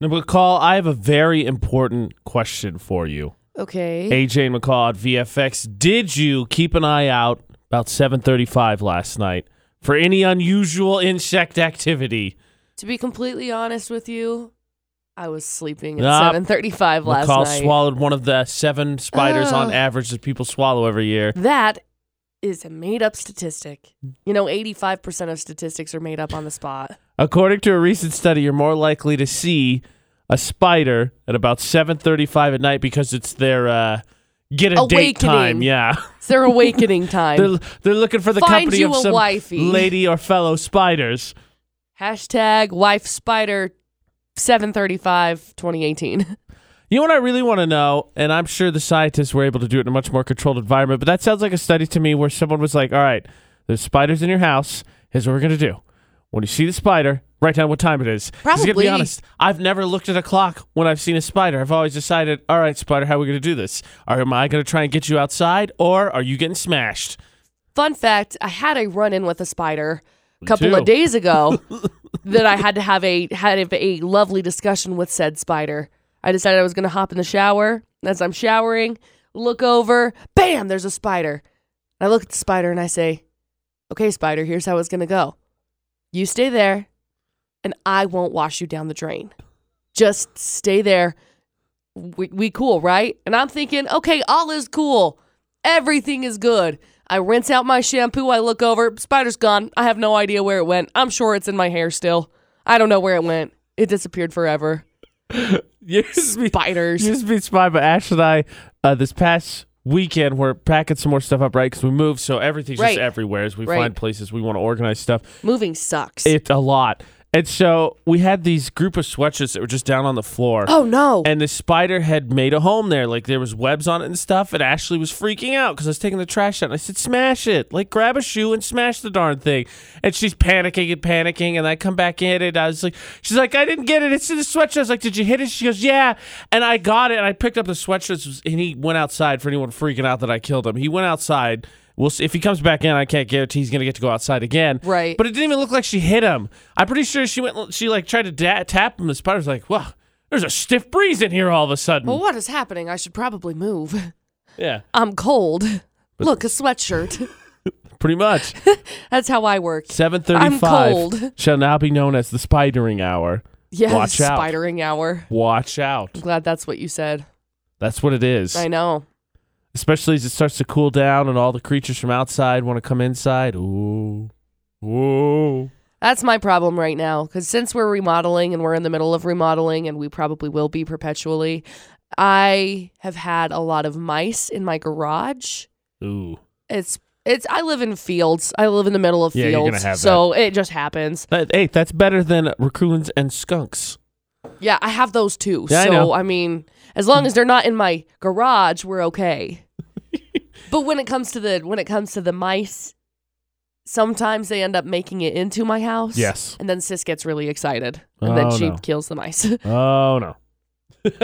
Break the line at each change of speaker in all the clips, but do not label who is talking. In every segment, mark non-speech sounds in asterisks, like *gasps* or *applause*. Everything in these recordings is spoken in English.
Now, McCall, I have a very important question for you.
Okay.
AJ and McCall at VFX. Did you keep an eye out about 7:35 last night for any unusual insect activity?
To be completely honest with you, I was sleeping at
Nah,
7:35 last
McCall
night.
swallowed one of the seven spiders on
Ugh.
average that people swallow every year.
that is a made-up statistic. You know, 85% of statistics are made up on the spot.
According to a recent study, you're more likely to see a spider at about 7:35 at night because it's their uh, get a date time.
Awakening.
Yeah, *laughs*
It's their awakening time.
they're, they're looking for the
Find
company
you
of
a
some
wifey.
lady or fellow spiders.
Hashtag wife spider 735 2018.
You know what I really want to know, and I'm sure the scientists were able to do it in a much more controlled environment, but that sounds like a study to me where someone was like, all right, there's spiders in your house. Here's what we're going to do. When you see the spider, write down what time it is. 'Cause to be
Probably.
honest, I've never looked at a clock when I've seen a spider. I've always decided, all right, spider, how are we going to do this? Are, am I going to try and get you outside, or are you getting smashed? *laughs*
Fun fact, I had a run-in with a spider a couple
too.
of days ago that I had to have a had a, a lovely discussion with said spider. I decided I was going to hop in the shower. As I'm showering, look over, bam, there's a spider. I look at the spider and I say, "Okay, spider, here's how it's going to go. You stay there and I won't wash you down the drain. Just stay there. We, we cool, right?" And I'm thinking, "Okay, all is cool." Everything is good. I rinse out my shampoo. I look over. Spider's gone. I have no idea where it went. I'm sure it's in my hair still. I don't know where it went. It disappeared forever.
You just be-
Spiders.
*laughs* You just be spied by Ash and I uh, this past weekend. We're packing some more stuff up, right? Because we moved, so everything's
Right.
just everywhere as we
Right.
find places we want to organize stuff.
Moving sucks.
It's a lot. And so we had these group of sweatshirts that were just down on the floor.
oh no.
And the spider had made a home there. Like there was webs on it and stuff. And Ashley was freaking out because I was taking the trash out. And I said, smash it. Like grab a shoe and smash the darn thing. And she's panicking and panicking. And I come back in and I was like, she's like, I didn't get it. It's in the sweatshirt. I was like, did you hit it? She goes, yeah. And I got it. And I picked up the sweatshirt. And he went outside for anyone freaking out that I killed him. He went outside. We'll see. If he comes back in, I can't guarantee he's going to get to go outside again.
Right.
But it didn't even look like she hit him. I'm pretty sure she went, she like tried to da- tap him. The spider's like, whoa, there's a stiff breeze in here all of a sudden.
well, what is happening? I should probably move. *laughs*
Yeah,
I'm cold. Look,
*laughs*
a sweatshirt.
pretty
*laughs*
much.
That's how I work.
735
cold.
shall now be known as the spidering hour.
Yes,
Watch out.
spidering hour.
Watch out.
I'm glad that's what you said.
That's what it is.
I know.
Especially as it starts to cool down and all the creatures from outside want to come inside. Ooh. Ooh.
That's my problem right now because since we're remodeling and we're in the middle of remodeling and we probably will be perpetually, I have had a lot of mice in my garage.
Ooh.
It's it's I live in fields. I live in the middle of
Yeah,
fields,
you're gonna have
so it just happens.
That, hey, that's better than raccoons and skunks.
Yeah, I have those too.
Yeah, I
so
know.
I mean, as long as they're not in my garage, we're
*laughs*
okay. but when it comes to the when it comes to the mice, sometimes they end up making it into my house.
Yes.
and then Sis gets really excited, and then
Oh,
she
no.
kills the mice. *laughs*
Oh *laughs* no.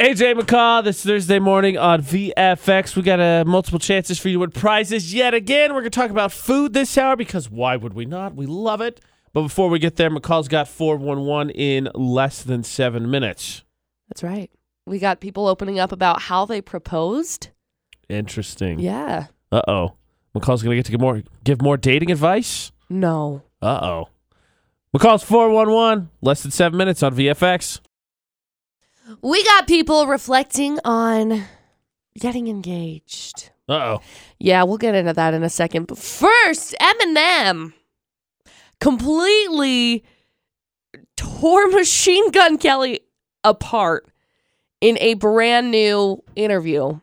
AJ McCall this Thursday morning on VFX. We got uh, multiple chances for you to win prizes yet again. We're going to talk about food this hour because why would we not? We love it. But before we get there, McCall's got 411 in less than seven minutes.
That's right. We got people opening up about how they proposed.
Interesting.
Yeah.
Uh oh. McCall's going to get to give more, give more dating advice.
No.
Uh oh. McCall's 411, less than seven minutes on VFX.
We got people reflecting on getting engaged.
Uh oh.
Yeah, we'll get into that in a second. But first, Eminem completely tore *laughs* Machine Gun Kelly apart in a brand new interview.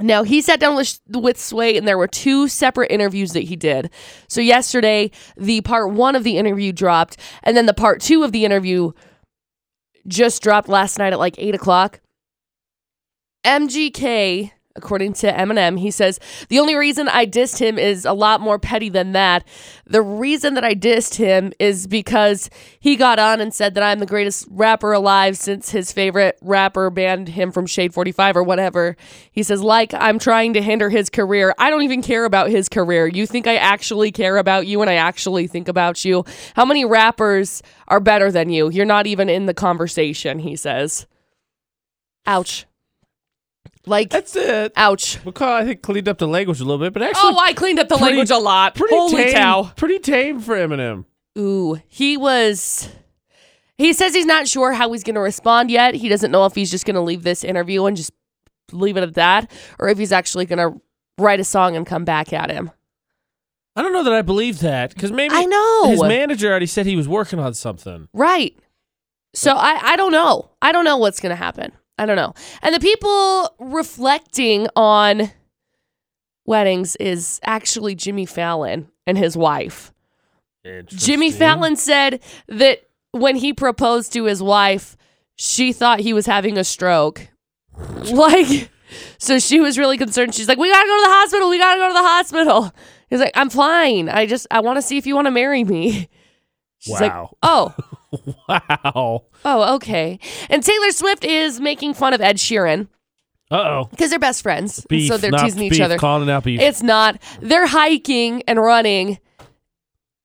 Now, he sat down with, with Sway, and there were two separate interviews that he did. So, yesterday, the part one of the interview dropped, and then the part two of the interview just dropped last night at like eight o'clock. MGK According to Eminem, he says, The only reason I dissed him is a lot more petty than that. The reason that I dissed him is because he got on and said that I'm the greatest rapper alive since his favorite rapper banned him from Shade 45 or whatever. He says, Like, I'm trying to hinder his career. I don't even care about his career. You think I actually care about you and I actually think about you? How many rappers are better than you? You're not even in the conversation, he says. Ouch. Like,
That's it.
ouch.
McCall, I think, cleaned up the language a little bit, but actually
Oh, I cleaned up the
pretty-
language a lot.
pretty
Holy
tame.
cow.
Pretty tame for Eminem.
Ooh, he was. He says he's not sure how he's going to respond yet. He doesn't know if he's just going to leave this interview and just leave it at that, or if he's actually going to write a song and come back at him.
I don't know that I believe that because maybe
I know.
his manager already said he was working on something.
Right. So I, I don't know. I don't know what's going to happen. I don't know. And the people reflecting on weddings is actually Jimmy Fallon and his wife. Jimmy Fallon said that when he proposed to his wife, she thought he was having
*laughs*
a stroke. Like, so she was really concerned. She's like, "We gotta go to the hospital. We gotta go to the hospital." He's like, "I'm fine. I just I want to see if you want to marry me." She's like,
Wow. *laughs*
"Oh,
*laughs* Wow.
oh, okay." And Taylor Swift is making fun of Ed Sheeran
Uh oh.
because they're best friends,
Beef.
so they're
not
teasing
beef,
each other.
Calling out beef.
It's not. They're hiking and running.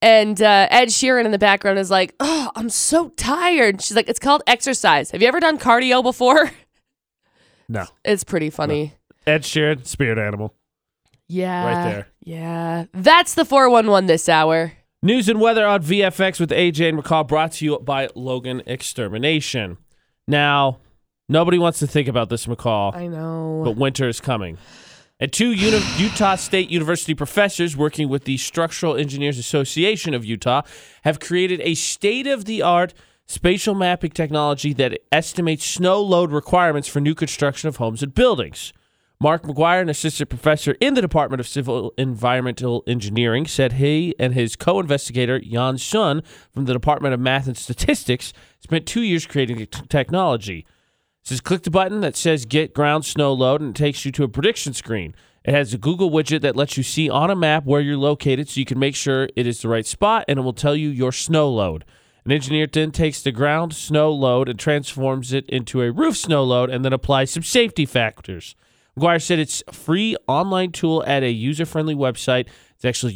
And uh, Ed Sheeran in the background is like, oh, I'm so tired. She's like, it's called exercise. Have you ever done cardio before? *laughs*
no.
It's pretty funny.
Ed Sheeran, spirit animal.
Yeah.
Right there.
Yeah. That's the 411 this hour.
News and weather on VFX with AJ and McCall brought to you by Logan Extermination. Now, nobody wants to think about this, McCall.
I know.
but winter is coming. And two uni- Utah State University professors working with the Structural Engineers Association of Utah have created a state of the art spatial mapping technology that estimates snow load requirements for new construction of homes and buildings. Mark McGuire, an assistant professor in the Department of Civil Environmental Engineering, said he and his co investigator, Jan Sun, from the Department of Math and Statistics, spent two years creating the t- technology. It says click the button that says get ground snow load and it takes you to a prediction screen. It has a Google widget that lets you see on a map where you're located so you can make sure it is the right spot and it will tell you your snow load. An engineer then takes the ground snow load and transforms it into a roof snow load and then applies some safety factors. McGuire said it's a free online tool at a user-friendly website. It's actually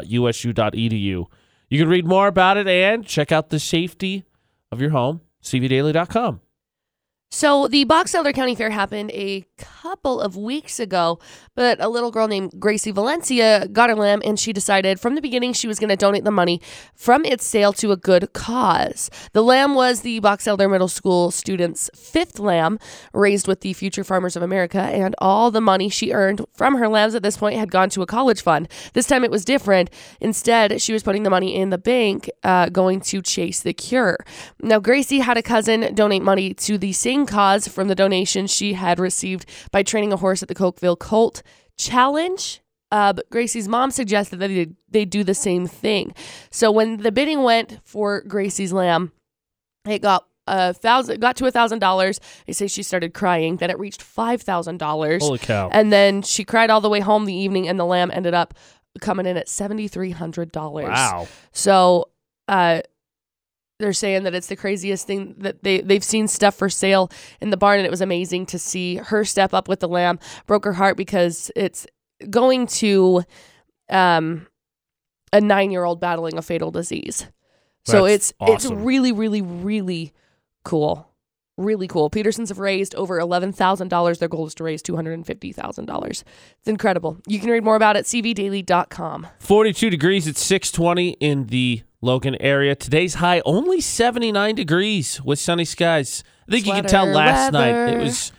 utahsnowload.usu.edu. You can read more about it and check out the safety of your home, cvdaily.com.
So the Box Elder County Fair happened a couple of weeks ago, but a little girl named Gracie Valencia got her lamb and she decided from the beginning she was going to donate the money from its sale to a good cause. The lamb was the Box Elder Middle School student's fifth lamb raised with the Future Farmers of America, and all the money she earned from her lambs at this point had gone to a college fund. This time it was different. Instead, she was putting the money in the bank, uh, going to Chase the Cure. Now, Gracie had a cousin donate money to the same cause from the donation she had received by training a horse at the Cokeville Colt Challenge. Uh, but Gracie's mom suggested that they, they do the same thing. So when the bidding went for Gracie's lamb, it got a thousand got to a thousand dollars they say she started crying then it reached five thousand dollars
Holy cow.
and then she cried all the way home the evening and the lamb ended up coming in at seventy three hundred dollars
Wow.
so uh they're saying that it's the craziest thing that they they've seen stuff for sale in the barn and it was amazing to see her step up with the lamb broke her heart because it's going to um a 9-year-old battling a fatal disease. So
That's
it's it's
awesome.
really really really cool. Really cool. Petersons have raised over $11,000. Their goal is to raise $250,000. It's incredible. You can read more about it at cvdaily.com.
42 degrees at 620 in the Logan area. Today's high only 79 degrees with sunny skies. I think you can tell
Sweater
last night it
weather.
was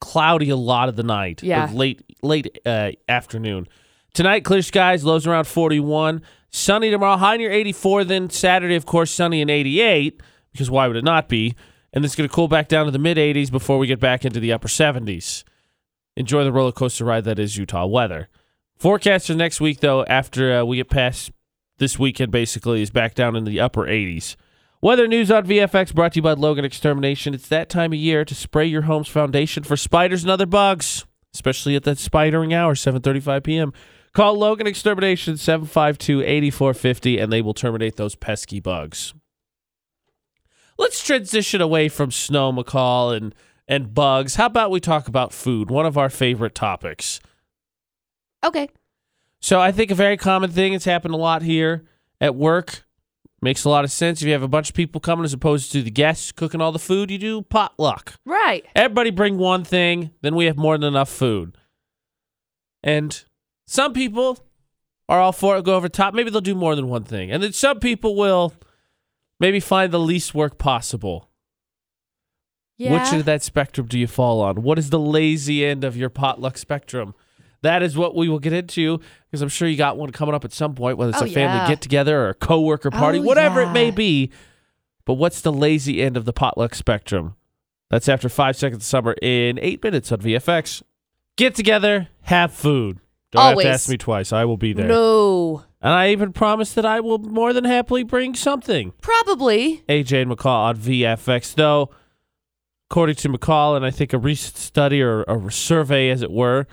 cloudy a lot of the night. or
Yeah.
Late late uh, afternoon. Tonight, clear skies, lows around 41. Sunny tomorrow, high near 84. Then Saturday, of course, sunny and 88, because why would it not be? And it's going to cool back down to the mid 80s before we get back into the upper 70s. Enjoy the roller coaster ride that is Utah weather. Forecast for next week, though, after uh, we get past this weekend, basically, is back down into the upper 80s. Weather news on VFX brought to you by Logan Extermination. It's that time of year to spray your home's foundation for spiders and other bugs, especially at that spidering hour, 7:35 p.m. Call Logan Extermination 752-8450 and they will terminate those pesky bugs. Let's transition away from snow, McCall, and and bugs. How about we talk about food, one of our favorite topics?
Okay.
So I think a very common thing, it's happened a lot here at work. Makes a lot of sense. If you have a bunch of people coming as opposed to the guests cooking all the food, you do potluck.
Right.
Everybody bring one thing, then we have more than enough food. And some people are all for it, go over top. Maybe they'll do more than one thing. And then some people will maybe find the least work possible. Which
Yeah.
of that spectrum do you fall on? What is the lazy end of your potluck spectrum? That is what we will get into because I'm sure you got one coming up at some point, whether it's
Oh,
a family
yeah.
get together or a coworker party,
Oh,
whatever it may
yeah.
be. But what's the lazy end of the potluck spectrum? That's after five seconds of summer in eight minutes on VFX. Get together, have food. Don't
Always.
have to ask me twice. I will be there.
No.
And I even promise that I will more than happily bring something.
Probably.
AJ and McCall on VFX. Though, according to McCall and I think a recent study or a survey, as it were,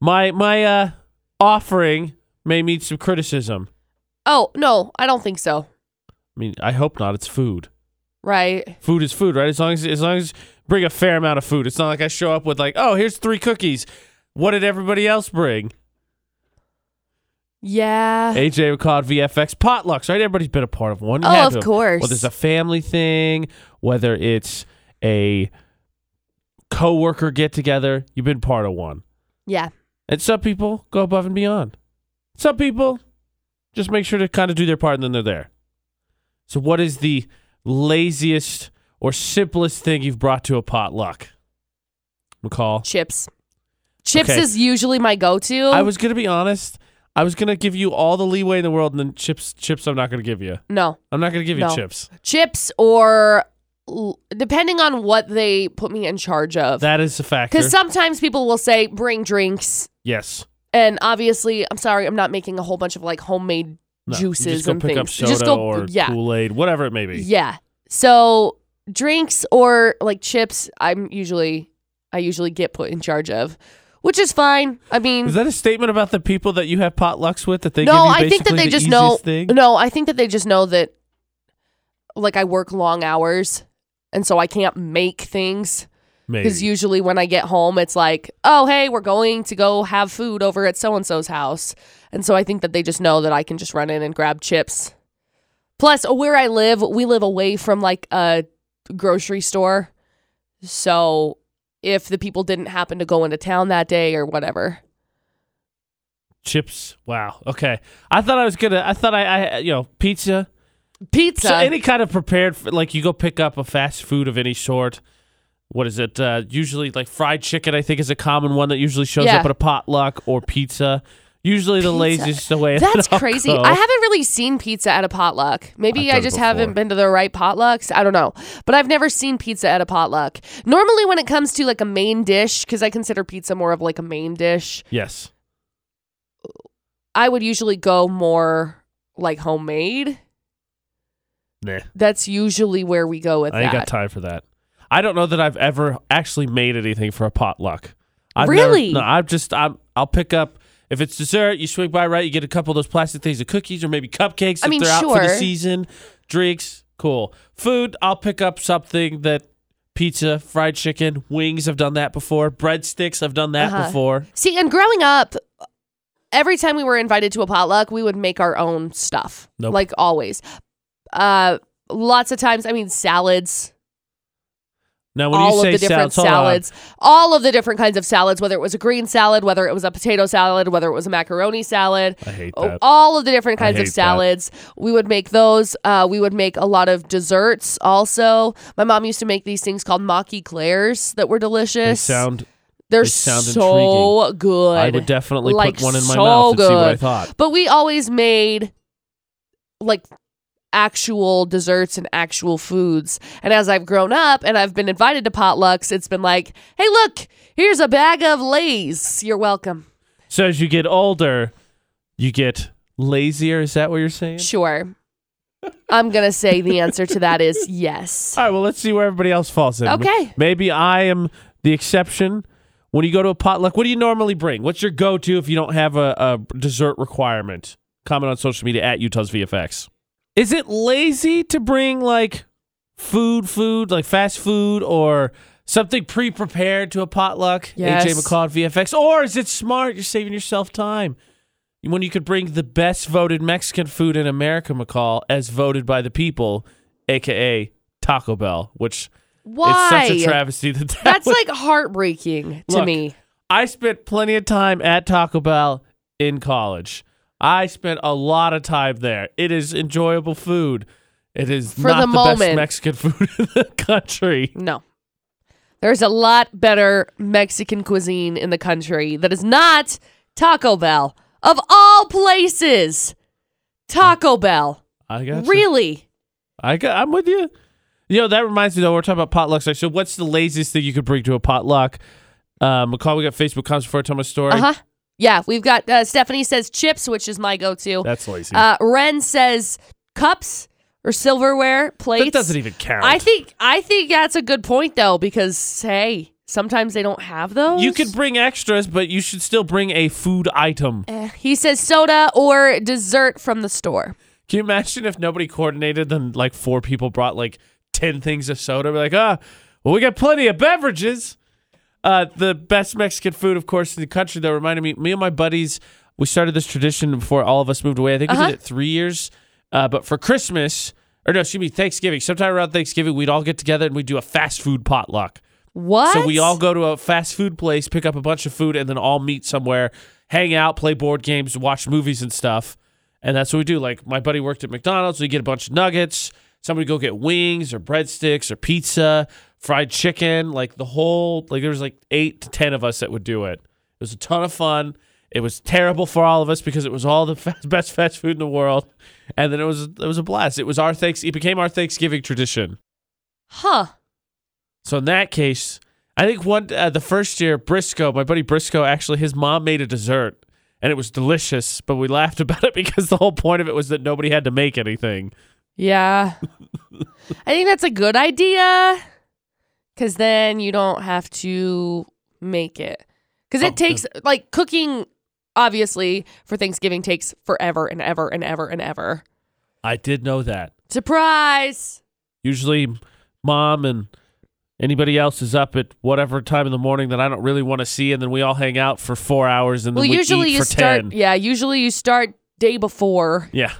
my my uh, offering may meet some criticism.
Oh, no, I don't think so.
I mean, I hope not. It's food.
Right.
Food is food, right? As long as as long as bring a fair amount of food. It's not like I show up with like, oh, here's three cookies. What did everybody else bring?
Yeah.
AJ McCall on VFX potlucks, right? Everybody's been a part of one. You
Oh,
had
of
to have
course.
whether it's a family thing, whether it's a coworker get together, you've been part of one.
yeah.
And some people go above and beyond. Some people just make sure to kind of do their part and then they're there. So what is the laziest or simplest thing you've brought to a potluck? McCall.
Chips. Chips
Okay.
is usually my go to.
I was gonna be honest. I was gonna give you all the leeway in the world and then chips chips I'm not gonna give you.
No.
I'm not gonna give you
No.
chips.
Chips or l- depending on what they put me in charge of.
That is a factor.
Because sometimes people will say, bring drinks.
yes.
And obviously, I'm sorry, I'm not making a whole bunch of like homemade
No, you
juices
just go
and
pick
things.
Up soda
just go,
or
yeah.
Kool Aid, whatever it may be.
Yeah. So drinks or like chips, I'm usually I usually get put in charge of, which is fine. I mean,
Is that a statement about the people that you have potlucks with that they
no,
give you
I think that
basically
they
the
just
easiest
know.
thing?
No, I think that they just know that like I work long hours, and so I can't make things. Because
Maybe.
usually when I get home, it's like, oh, hey, we're going to go have food over at so and so's house. And so I think that they just know that I can just run in and grab chips. Plus, uh, where I live, we live away from like a grocery store. So if the people didn't happen to go into town that day or whatever,
Chips. Wow. Okay. I thought I was gonna. I thought I. I you know, pizza.
pizza.
So any kind of prepared, f- like you go pick up a fast food of any sort. What is it? Uh, usually, like fried chicken. I think is a common one that usually shows
Yeah.
up at a potluck or pizza. Usually, the
Pizza.
laziest way. *laughs*
That's
I'll
crazy.
go.
I haven't really seen pizza at a potluck. Maybe
I've done
I
it
just
before.
haven't been to the right potlucks. I don't know. But I've never seen pizza at a potluck. Normally, when it comes to like a main dish, because I consider pizza more of like a main dish,
Yes.
I would usually go more like homemade.
Nah.
That's usually where we go with
I ain't
that.
got time for that. I don't know that I've ever actually made anything for a potluck. I've never-
Really?
no, I'm just I'm I'll pick up if it's dessert, you swing by right, you get a couple of those plastic things of cookies or maybe cupcakes
I
if
mean,
they're out for the
sure.
season. Drinks, cool. Food, I'll pick up something that pizza, fried chicken, wings, I've done that before. Breadsticks, I've done that
Uh-huh.
before.
See, and growing up, every time we were invited to a potluck, we would make our own stuff.
Nope.
Like always. Uh, lots of times, I mean, salads.
Now when
all
you
of
say
the different
salads, hold on.
salads, all of the different kinds of salads, whether it was a green salad, whether it was a potato salad, whether it was a macaroni salad,
I hate
oh,
that.
all of the different
I
kinds
hate
of
that.
salads. We would make those. Uh, we would make a lot of desserts also. My mom used to make these things called mock eclairs that were
They
delicious.
sound
They're
they sound
so good.
I would definitely
Like,
put one in my
so
mouth and see what I
good.
thought.
But we always made like actual desserts and actual foods. And as I've grown up and I've been invited to potlucks, it's been like, hey, look, here's a bag of Lay's. You're welcome.
So as you get older, you get lazier. Is that what you're saying?
Sure. I'm gonna say the answer to that is yes.
All right, well, let's see where everybody else falls in.
Okay.
Maybe I am the exception. When you go to a potluck, what do you normally bring? What's your go to if you don't have a, a dessert requirement? Comment on social media at Utah's VFX. Is it lazy to bring like food, food, like fast food or something pre prepared to a potluck?
Yes.
AJ McCloud VFX. Or is it smart? You're saving yourself time. When you could bring the best voted Mexican food in America, McCall, as voted by the people, aka Taco Bell, which
Why?
it's such a travesty that that
That's
was-
like heartbreaking to
Look,
me.
I spent plenty of time at Taco Bell in college. I spent a lot of time there. It is enjoyable food. It is
For
not
the
best
moment.
Mexican *laughs* food in the country.
No. There's a lot better Mexican cuisine in the country that is not Taco Bell. Of all places, Taco Bell.
I got you.
Really?
I got, I'm with you. You know, that reminds me though, we're talking about potlucks. Like, so what's the laziest thing you could bring to a potluck? Um, McCall, we got Facebook comments before I tell my story.
Uh huh. Yeah, we've got uh, Stephanie says chips, which is my go to.
That's lazy.
Uh, Ren says cups or silverware, plates.
that doesn't even count.
I think I think that's a good point though because hey, sometimes they don't have those.
you could bring extras, but you should still bring a food item.
Eh, He says soda or dessert from the store.
Can you imagine if nobody coordinated and like four people brought like 10 things of soda? We're like, ah, well, we got plenty of beverages. Uh, the best Mexican food, of course, in the country, though, reminded me, me and my buddies, we started this tradition before all of us moved away. I think we
Uh-huh.
did it three years. Uh, but for Christmas, or no, excuse me, Thanksgiving, sometime around Thanksgiving, we'd all get together and we'd do a fast food potluck.
What?
So we all go to a fast food place, pick up a bunch of food, and then all meet somewhere, hang out, play board games, watch movies and stuff. And that's what we do. Like my buddy worked at McDonald's, we get a bunch of nuggets. Somebody go get wings or breadsticks or pizza, fried chicken. Like the whole like there was like eight to ten of us that would do it. It was a ton of fun. It was terrible for all of us because it was all the *laughs* fast, best fast food in the world, and then it was it was a blast. It was our thanks. It became our Thanksgiving tradition.
Huh.
So in that case, I think one uh, the first year Briscoe, my buddy Briscoe, actually his mom made a dessert and it was delicious, but we *laughs* laughed about it because the whole point of it was that nobody had to make anything.
Yeah. I think that's a good idea because then you don't have to make it. Because
Oh,
it
yeah.
takes, like, cooking, obviously, for Thanksgiving takes forever and ever and ever and ever.
I did know that.
Surprise!
Usually, mom and anybody else is up at whatever time in the morning that I don't really want to see, and then we all hang out for four hours and then
well,
we
usually
eat
you
for
start,
ten.
yeah, usually you start day before.
Yeah,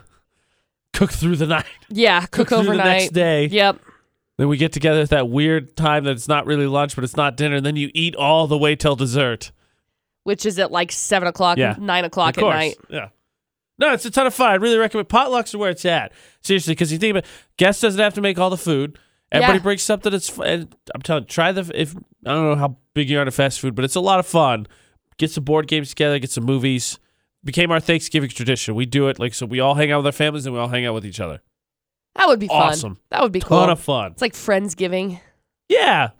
cook through the night,
Yeah,
*laughs*
cook,
through the
overnight.
next day.
Yep.
Then we get together at that weird time that it's not really lunch, but it's not dinner. And then you eat all the way till dessert.
Which is at like seven o'clock,
Yeah.
nine o'clock
Of
at
course.
night.
Yeah. No, it's a ton of fun. I really recommend potlucks are where it's at. Seriously, because you think about guest doesn't have to make all the food. Everybody
Yeah.
brings something that's. fu- And I'm telling, you, try the if I don't know how big you are into fast food, but it's a lot of fun. Get some board games together. Get some movies. Became our Thanksgiving tradition. We do it like so. We all hang out with our families and we all hang out with each other.
That would be fun.
Awesome.
That would be
Ton
cool.
of fun.
it's like Friendsgiving.
Yeah.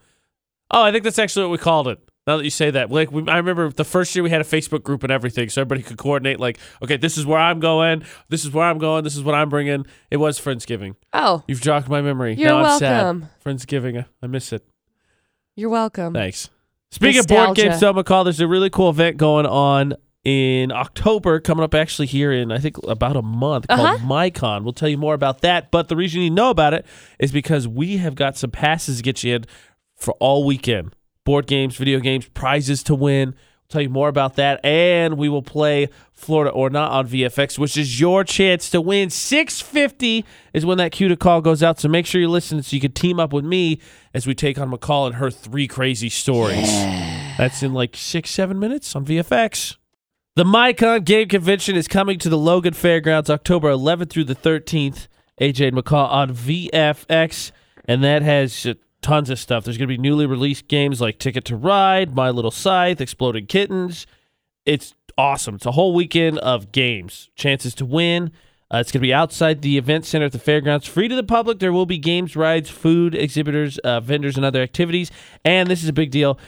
Oh, I think that's actually what we called it. Now that you say that, like we, I remember the first year we had a Facebook group and everything, so everybody could coordinate. Like, okay, this is where I'm going. This is where I'm going. This is what I'm bringing. It was Friendsgiving.
Oh,
You've jogged my memory.
You're
now I'm
welcome.
sad. Friendsgiving. I- I miss it.
you're welcome.
Thanks. Speaking of board
Nostalgia.
games, though, McCall, there's a really cool event going on in October, coming up actually here in, I think, about a month called MyCon. We'll tell you more about that. But the reason you know about it is because we have got some passes to get you in for all weekend board games, video games, prizes to win. We'll tell you more about that. And we will play Florida or Not on VFX, which is your chance to win. 650 is when that cue to call goes out. So make sure you listen so you can team up with me as we take on McCall and her three crazy stories. That's in like six, seven minutes on VFX. The MyCon Game Convention is coming to the Logan Fairgrounds October 11th through the 13th. AJ and McCall on VFX, and that has uh, tons of stuff. There's going to be newly released games like Ticket to Ride, My Little Scythe, Exploded Kittens. It's awesome. It's a whole weekend of games, chances to win. Uh, it's going to be outside the event center at the fairgrounds, free to the public. There will be games, rides, food, exhibitors, uh, vendors, and other activities. And this is a big deal.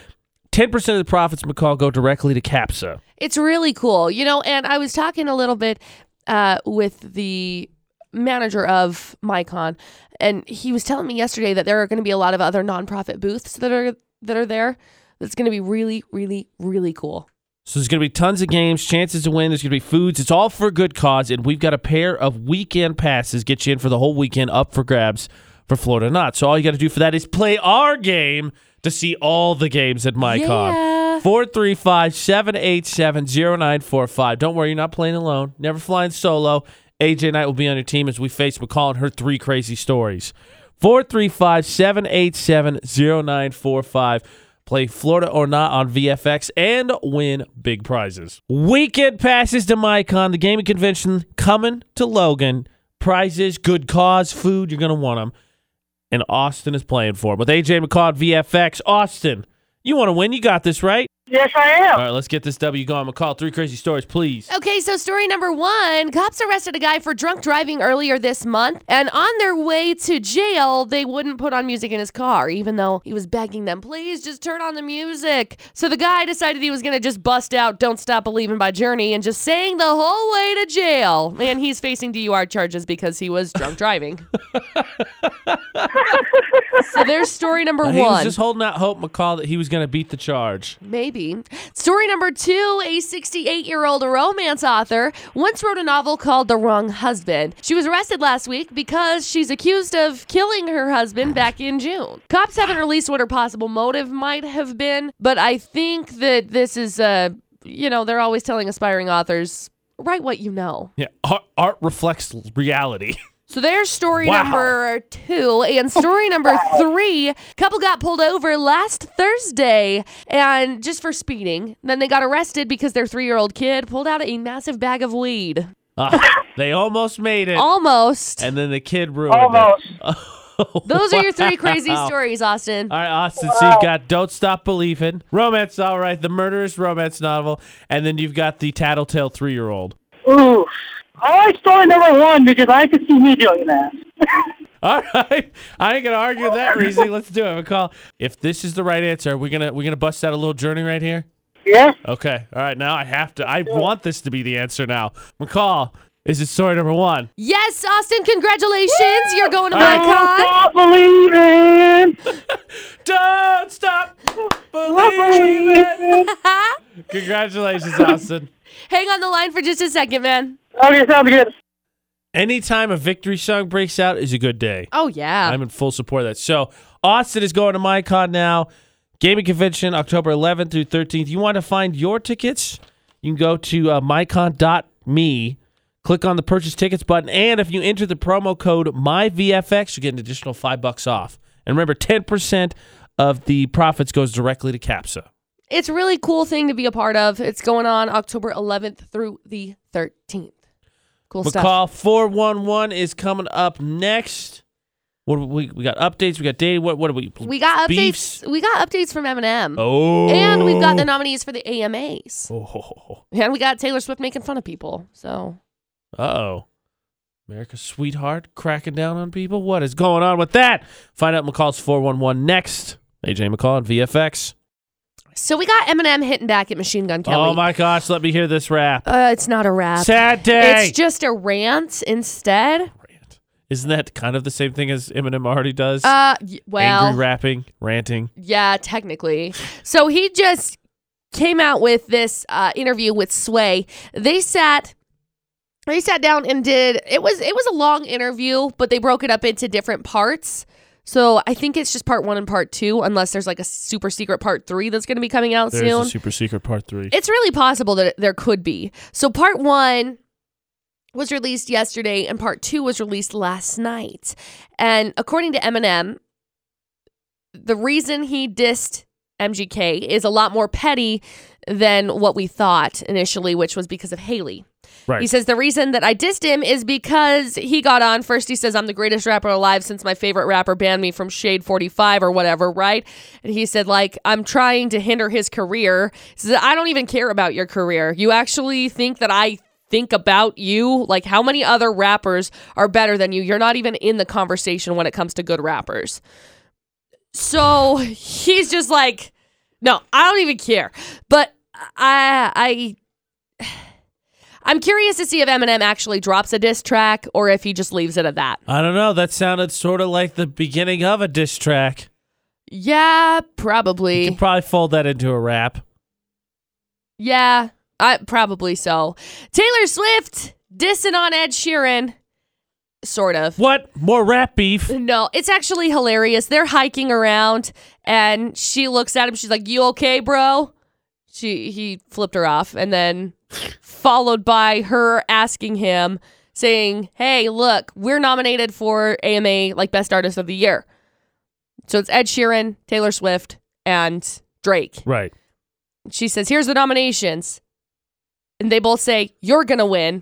10% of the profits, McCall, go directly to CAPSA.
It's really cool, you know. And I was talking a little bit uh, with the manager of MyCon, and he was telling me yesterday that there are going to be a lot of other nonprofit booths that are that are there. That's going to be really, really, really cool.
So there's going to be tons of games, chances to win. There's going to be foods. It's all for a good cause, and we've got a pair of weekend passes get you in for the whole weekend up for grabs for Florida Not. So all you got to do for that is play our game to see all the games at
Yeah.
MyCon. Four three five seven eight seven zero nine four five. Don't worry, you're not playing alone. Never flying solo. AJ Knight will be on your team as we face McCall and her three crazy stories. Four three five seven eight seven zero nine four five. Play Florida or not on VFX and win big prizes. Weekend passes to MyCon, the gaming convention coming to Logan. Prizes, good cause, food, you're going to want them and Austin is playing for him with AJ McCall at VFX. Austin, you want to win? You got this, right?
Yes, I am.
All right, let's get this W going. McCall, three crazy stories, please.
Okay, so story number one cops arrested a guy for drunk driving earlier this month, and on their way to jail, they wouldn't put on music in his car, even though he was begging them, please just turn on the music. So the guy decided he was gonna just bust out Don't Stop Believing by Journey and just sang the whole way to jail. And he's facing DUR charges because he was drunk driving. so there's story number
He was
one.
just holding out hope, McCall, that he was going to beat the charge.
Maybe. Story number two a 68 year old romance author once wrote a novel called The Wrong Husband. She was arrested last week because she's accused of killing her husband back in June. Cops haven't released what her possible motive might have been, but I think that this is, uh, you know, they're always telling aspiring authors write what you know.
Yeah, art, art reflects reality. *laughs*
So there's story
Wow.
number two and
*laughs*
story number three. Couple got pulled over last Thursday and just for speeding. Then they got arrested because their three-year-old kid pulled out a massive bag of weed.
Ah, they almost made it,
Almost.
and then the kid ruined *laughs*
Almost.
it.
Those are your three crazy
Wow. Uh,
stories, Austin.
All right, Austin. So you've got "Don't Stop Believing," romance. All right, the murderous romance novel, and then you've got the tattletale three-year-old.
Ooh. I like story number one because I could see me doing that.
*laughs* All right, I ain't gonna argue that, Reezy. Let's do it. McCall. If this is the right answer, we're gonna we're gonna bust out a little journey right here.
Yes,
Okay. All right. Now I have to. I want this to be the answer now. McCall, is it story number one?
Yes, Austin, congratulations. You're going to
All right.
MyCon.
stop believing.
Don't stop believing.
*laughs*
Congratulations, Austin.
*laughs* Hang on the line for just a second, man.
Okay, sounds good.
Anytime a victory song breaks out is a good day.
Oh yeah.
I'm in full support of that. So Austin is going to MyCon now. Gaming convention October 11th through 13th. You want to find your tickets? You can go to uh, mycon.me, click on the purchase tickets button, and if you enter the promo code MyVFX, you get an additional five bucks off. And remember, 10% of the profits goes directly to CAPSA.
it's a really cool thing to be a part of. It's going on October 11th through the 13th. Cool stuff.
McCall 411 is coming up next. What do we we got updates? We got dating. What what do we?
We got updates.
Beefs?
We got updates from Eminem.
Oh,
And we've got the nominees for the AMAs.
Oh.
And we got Taylor Swift making fun of people. So
Uh oh. America's sweetheart cracking down on people? What is going on with that? Find out McCall's 411 next. AJ McCall at VFX.
so we got Eminem hitting back at Machine Gun Kelly.
Oh my gosh, let me hear this rap.
Uh, it's not a rap.
Sad day.
It's just a rant instead.
Rant. Isn't that kind of the same thing as Eminem already does?
Uh, y- well,
Angry rapping, ranting.
yeah, technically. So he just came out with this uh, interview with Sway. They sat they sat down and did it was it was a long interview, but they broke it up into different parts. So I think it's just part one and part two, unless there's like a super secret part three that's going to be coming out
There's
soon.
a super secret part three.
It's really possible that there could be. So part one was released yesterday, and part two was released last night. And according to Eminem, the reason he dissed MGK is a lot more petty than what we thought initially, which was because of Haley.
right.
He says the reason that I dissed him is because he got on first. He says I'm the greatest rapper alive since my favorite rapper banned me from Shade 45 or whatever, right? And he said like I'm trying to hinder his career. He says I don't even care about your career. You actually think that I think about you? Like how many other rappers are better than you? You're not even in the conversation when it comes to good rappers. So he's just like, no, I don't even care. But I I I'm curious to see if Eminem actually drops a diss track or if he just leaves it at that.
I don't know. That sounded sort of like the beginning of a diss track.
Yeah,
You
probably.
could probably fold that into a rap.
Yeah, I probably so. Taylor Swift dissing on Ed Sheeran, sort of.
What? More rap beef?
No, it's actually hilarious. They're hiking around, and she looks at him. She's like, "You okay, bro?" She he flipped her off, and then followed by her asking him, saying, "Hey, look, we're nominated for AMA like Best Artist of the Year." So it's Ed Sheeran, Taylor Swift, and Drake
Right. *laughs*
she says, Here's the nominations. And they both say, You're going to win.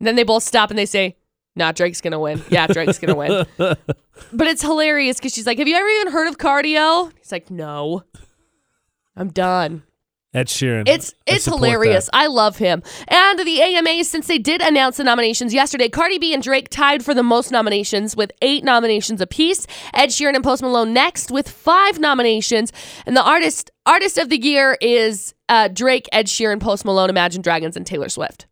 And then they both stop and they say, Nah, Drake's going to win. Yeah, Drake's going to win. But it's hilarious because she's like, Have you ever even heard of cardio? He's like, No. I'm done.
Ed Sheeran.
It's
I
it's
support that.
hilarious. I love him. And the AMAs, since they did announce the nominations yesterday, Cardi B and Drake tied for the most nominations with eight nominations apiece. Ed Sheeran and Post Malone next with five nominations. And the artist artist of the year is uh, Drake, Ed Sheeran, Post Malone, Imagine Dragons, and Taylor Swift.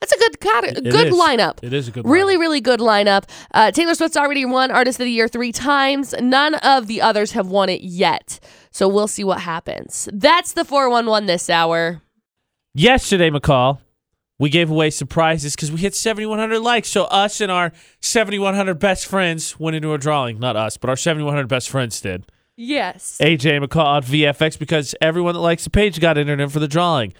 That's a good cate-
It
good
is.
lineup.
It is a good
Really,
lineup.
really good lineup. Uh, Taylor Swift's already won Artist of the Year three times. None of the others have won it yet. So we'll see what happens. That's the 411 this hour.
Yesterday, McCall, we gave away surprises because we hit 7,100 likes. So us and our 7,100 best friends went into a drawing. Not us, but our 7,100 best friends did.
Yes.
AJ McCall on VFX because everyone that likes the page got entered in for the drawing.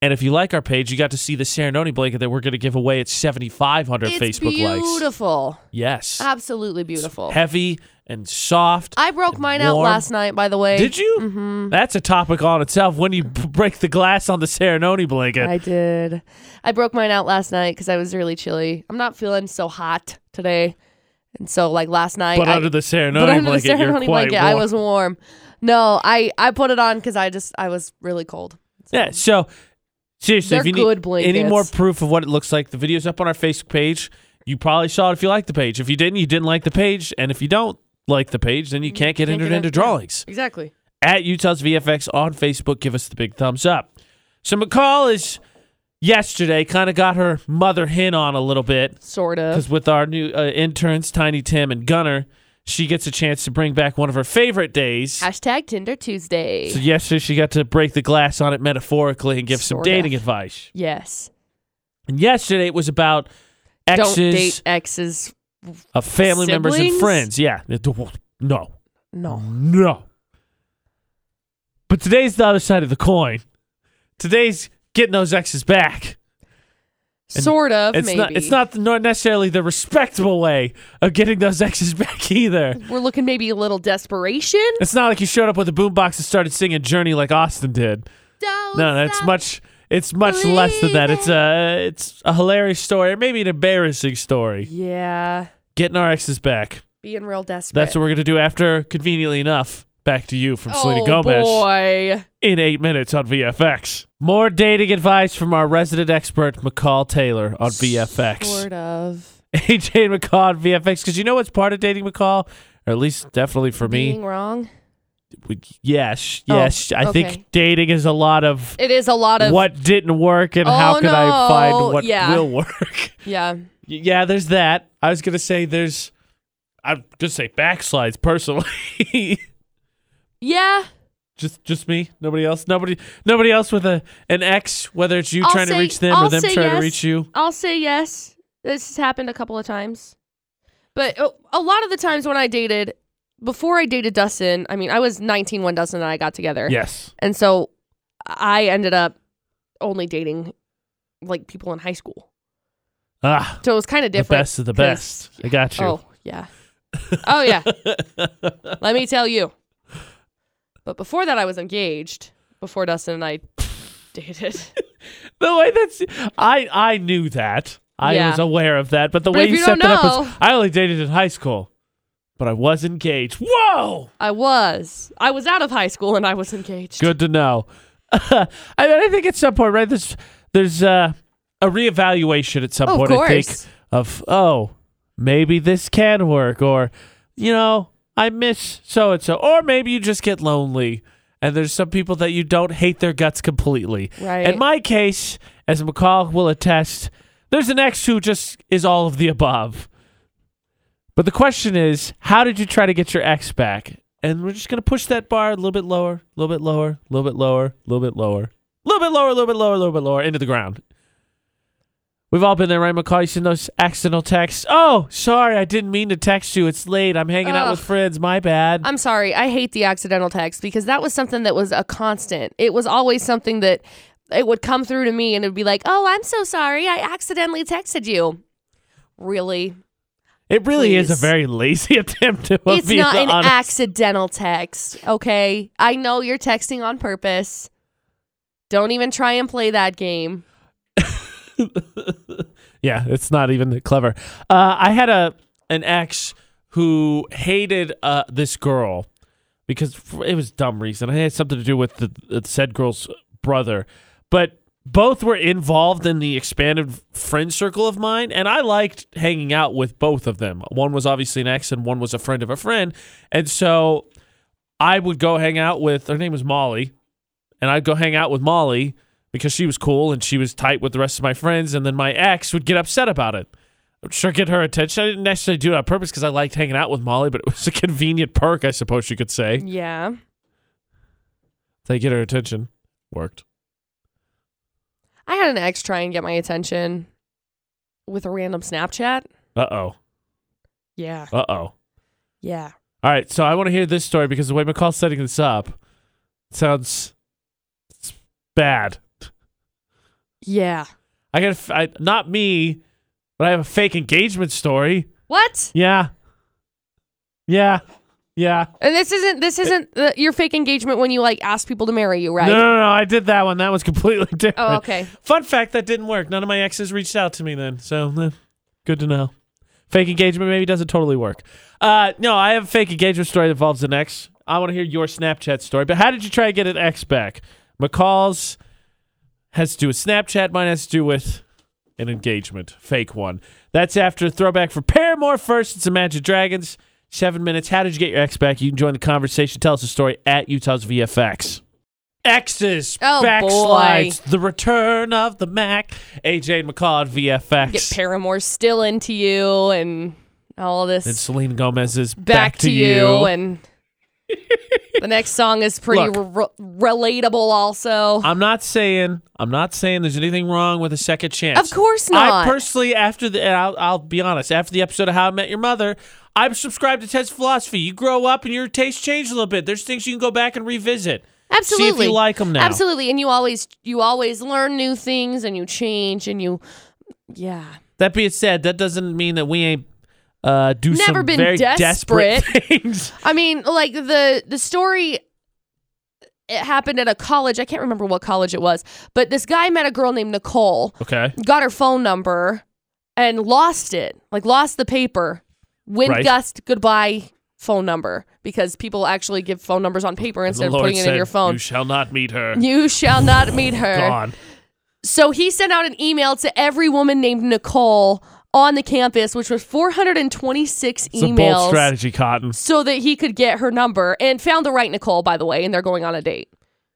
And if you like our page, you got to see the Serenoni blanket that we're going to give away at 7,500
it's
Facebook likes.
beautiful.
Yes.
Absolutely beautiful.
Heavy and soft.
I broke mine out
warm.
last night, by the way.
Did you? Mm-hmm. That's a topic on itself. When you b- break the glass on the Serenoni blanket.
I did. I broke mine out last night because I was really chilly. I'm not feeling so hot today. And so, like last night,
but
I,
under the Serenoni
but under
blanket,
the ceremony
you're quite
blanket, I
warm.
was warm. No, I I put it on because I just I was really cold.
Yeah. So seriously,
They're
if you
good
need any more
blankets.
proof of what it looks like, the video's up on our Facebook page. You probably saw it if you liked the page. If you didn't, you didn't like the page. And if you don't like the page, then you can't get
Mm, can't
entered
get
into
in-
drawings.
Exactly.
At Utah's VFX on Facebook, give us the big thumbs up. So McCall is yesterday kind of got her mother hen on a little bit.
Sort of.
Because with our new uh, interns, Tiny Tim and Gunner, she gets a chance to bring back one of her favorite days.
Hashtag Tinder Tuesday.
So yesterday, she got to break the glass on it metaphorically and give some
Sort
dating
of.
advice.
yes.
And yesterday, it was about exes
Don't date exes.
of family members and
siblings?
friends. Yeah, It- no,
No.
no. But today's the other side of the coin. Today's getting those exes back. And
sort of.
It's
maybe.
not. It's not the- not necessarily the respectable way of getting those *laughs* exes back either.
We're looking maybe a little desperation.
It's not like you showed up with a boombox and started singing Journey like Austin did. No, no, it's much it's much less than that. It's a it's a hilarious story, or maybe an embarrassing story.
Yeah.
Getting our exes back.
Being real desperate.
That's what we're gonna do after conveniently enough. Back to you from Selena
oh,
Gomez
boy.
in eight minutes on VFX. More dating advice from our resident expert McCall Taylor on VFX. *laughs*
Sort of.
AJ and McCall on VFX, because you know what's part of dating McCall, or at least definitely for me.
Being wrong.
we- yes,
Oh,
yes. I
okay.
think dating is a lot of
It is a lot of.
what didn't work and how
Oh,
could I
no.
find what
Yeah.
will work. *laughs*
Yeah.
Y- yeah, there's that. I was gonna say there's. I'm gonna say backslides personally. *laughs*
Yeah.
just just me. Nobody else. Nobody nobody else with a an ex. Whether it's you
I'll
trying to
say-
reach them
I'll
or them
say
trying to
yes.
reach you.
I'll say yes. This has happened a couple of times. But uh, a lot of the times when I dated, before I dated Dustin, I mean, I was 19 when Dustin and I got together.
Yes.
And so I ended up only dating like people in high school.
Ah,
So it was kind of
the
different.
best of the
'cause-
best. I got you.
Oh, yeah.
*laughs*
Oh, yeah. Let me tell you. But before that, I was engaged before Dustin and I
*laughs*
dated.
The way that's I I knew that. I
Yeah.
was aware of that, but the
But
way
if
you
you
set
don't
that up
know-
is I only dated in high school, but I was engaged. Whoa!
I was. I was out of high school and I was engaged.
Good to know. *laughs* I, mean, I think at some point, right? There's there's uh, a reevaluation at some
Oh, Of
point. I think
course.
of oh, maybe this can work, or you know, I miss so and so, or maybe you just get lonely, and there's some people that you don't hate their guts completely.
Right.
In my case, as McCall will attest, there's an ex who just is all of the above. But the question is, how did you try to get your ex back? And we're just gonna push that bar a little bit lower, a little bit lower, a little bit lower, a little bit lower, a little bit lower, a little bit lower, a little bit lower, into the ground. We've all been there, right, McCall? You send those accidental texts. Oh, sorry, I didn't mean to text you. It's late. I'm hanging out with
Ugh. Uh,
friends. My bad.
I'm sorry. I hate the accidental text because that was something that was a constant. It was always something that it would come through to me and it would be like, "Oh, I'm so sorry. I accidentally texted you." Really?
It really is a
Please.
very lazy *laughs* attempt to
it's
be
not an
honest.
accidental text, okay? I know you're texting on purpose. Don't even try and play that game.
yeah, it's not even clever. Uh, I had a an ex who hated uh, this girl because f- it was dumb reason. I had something to do with the, the said girl's brother, but both were involved in the expanded friend circle of mine, and I liked hanging out with both of them. One was obviously an ex, and one was a friend of a friend, and so I would go hang out with. Her name was Molly and I'd go hang out with Molly because she was cool and she was tight with the rest of my friends. And then my ex would get upset about it. I'm sure get her attention. I didn't necessarily do it on purpose because I liked hanging out with Molly, but it was a convenient perk, I suppose you could say.
Yeah.
They get her attention. Worked.
I had an ex try and get my attention with a random Snapchat.
Uh oh.
Yeah.
Uh oh.
Yeah.
All right. So I want to hear this story because the way McCall's setting this up sounds it's bad.
Yeah.
I got a f- I, not me, but I have a fake engagement story.
What?
Yeah. Yeah. Yeah.
And this isn't this isn't the, your fake engagement when you like ask people to marry you, right?
No, no, no. I did that one. That was completely *laughs* different.
Oh, okay.
Fun fact that didn't work. None of my exes reached out to me then. So, eh, good to know. Fake engagement maybe doesn't totally work. Uh, no, I have a fake engagement story that involves an ex. I want to hear your Snapchat story. But how did you try to get an ex back? McCall's has to do with Snapchat. Mine has to do with an engagement, fake one. That's after throwback for Paramore first. It's Imagine Dragons. Seven minutes. How did you get your ex back? You can join the conversation. Tell us a story at Utah's VFX. Exes,
Oh,
backslides, the return of the Mac. AJ and McCall at VFX.
Get Paramore still into you and all this
and Selena Gomez's
back, to, you. and the next song is pretty re- relatable also.
I'm not saying I'm not saying there's anything wrong with a second chance.
Of course
I
not.
personally, after the, and I'll, I'll be honest, after the episode of How I Met Your Mother, I'm subscribed to Ted's philosophy. You grow up and your tastes change a little bit. There's things you can go back and revisit.
Absolutely.
See if you like them now.
Absolutely. And you always you always learn new things and you change and you yeah.
That being said, that doesn't mean that we ain't uh, do
Never
some
been
very desperate,
desperate.
*laughs* things.
I mean, like the the story it happened at a college. I can't remember what college it was, but this guy met a girl named Nicole,
Okay.
got her phone number, and lost it. Like lost the paper. Wind
Right.
gust goodbye phone number because people actually give phone numbers on paper instead of putting it in your phone.
"You shall not meet her."
You shall not meet her.
Gone.
So he sent out an email to every woman named Nicole on the campus, which was 426
It's a bold
emails
strategy, Cotton.
so that he could get her number and found the right Nicole, by the way, and they're going on a date.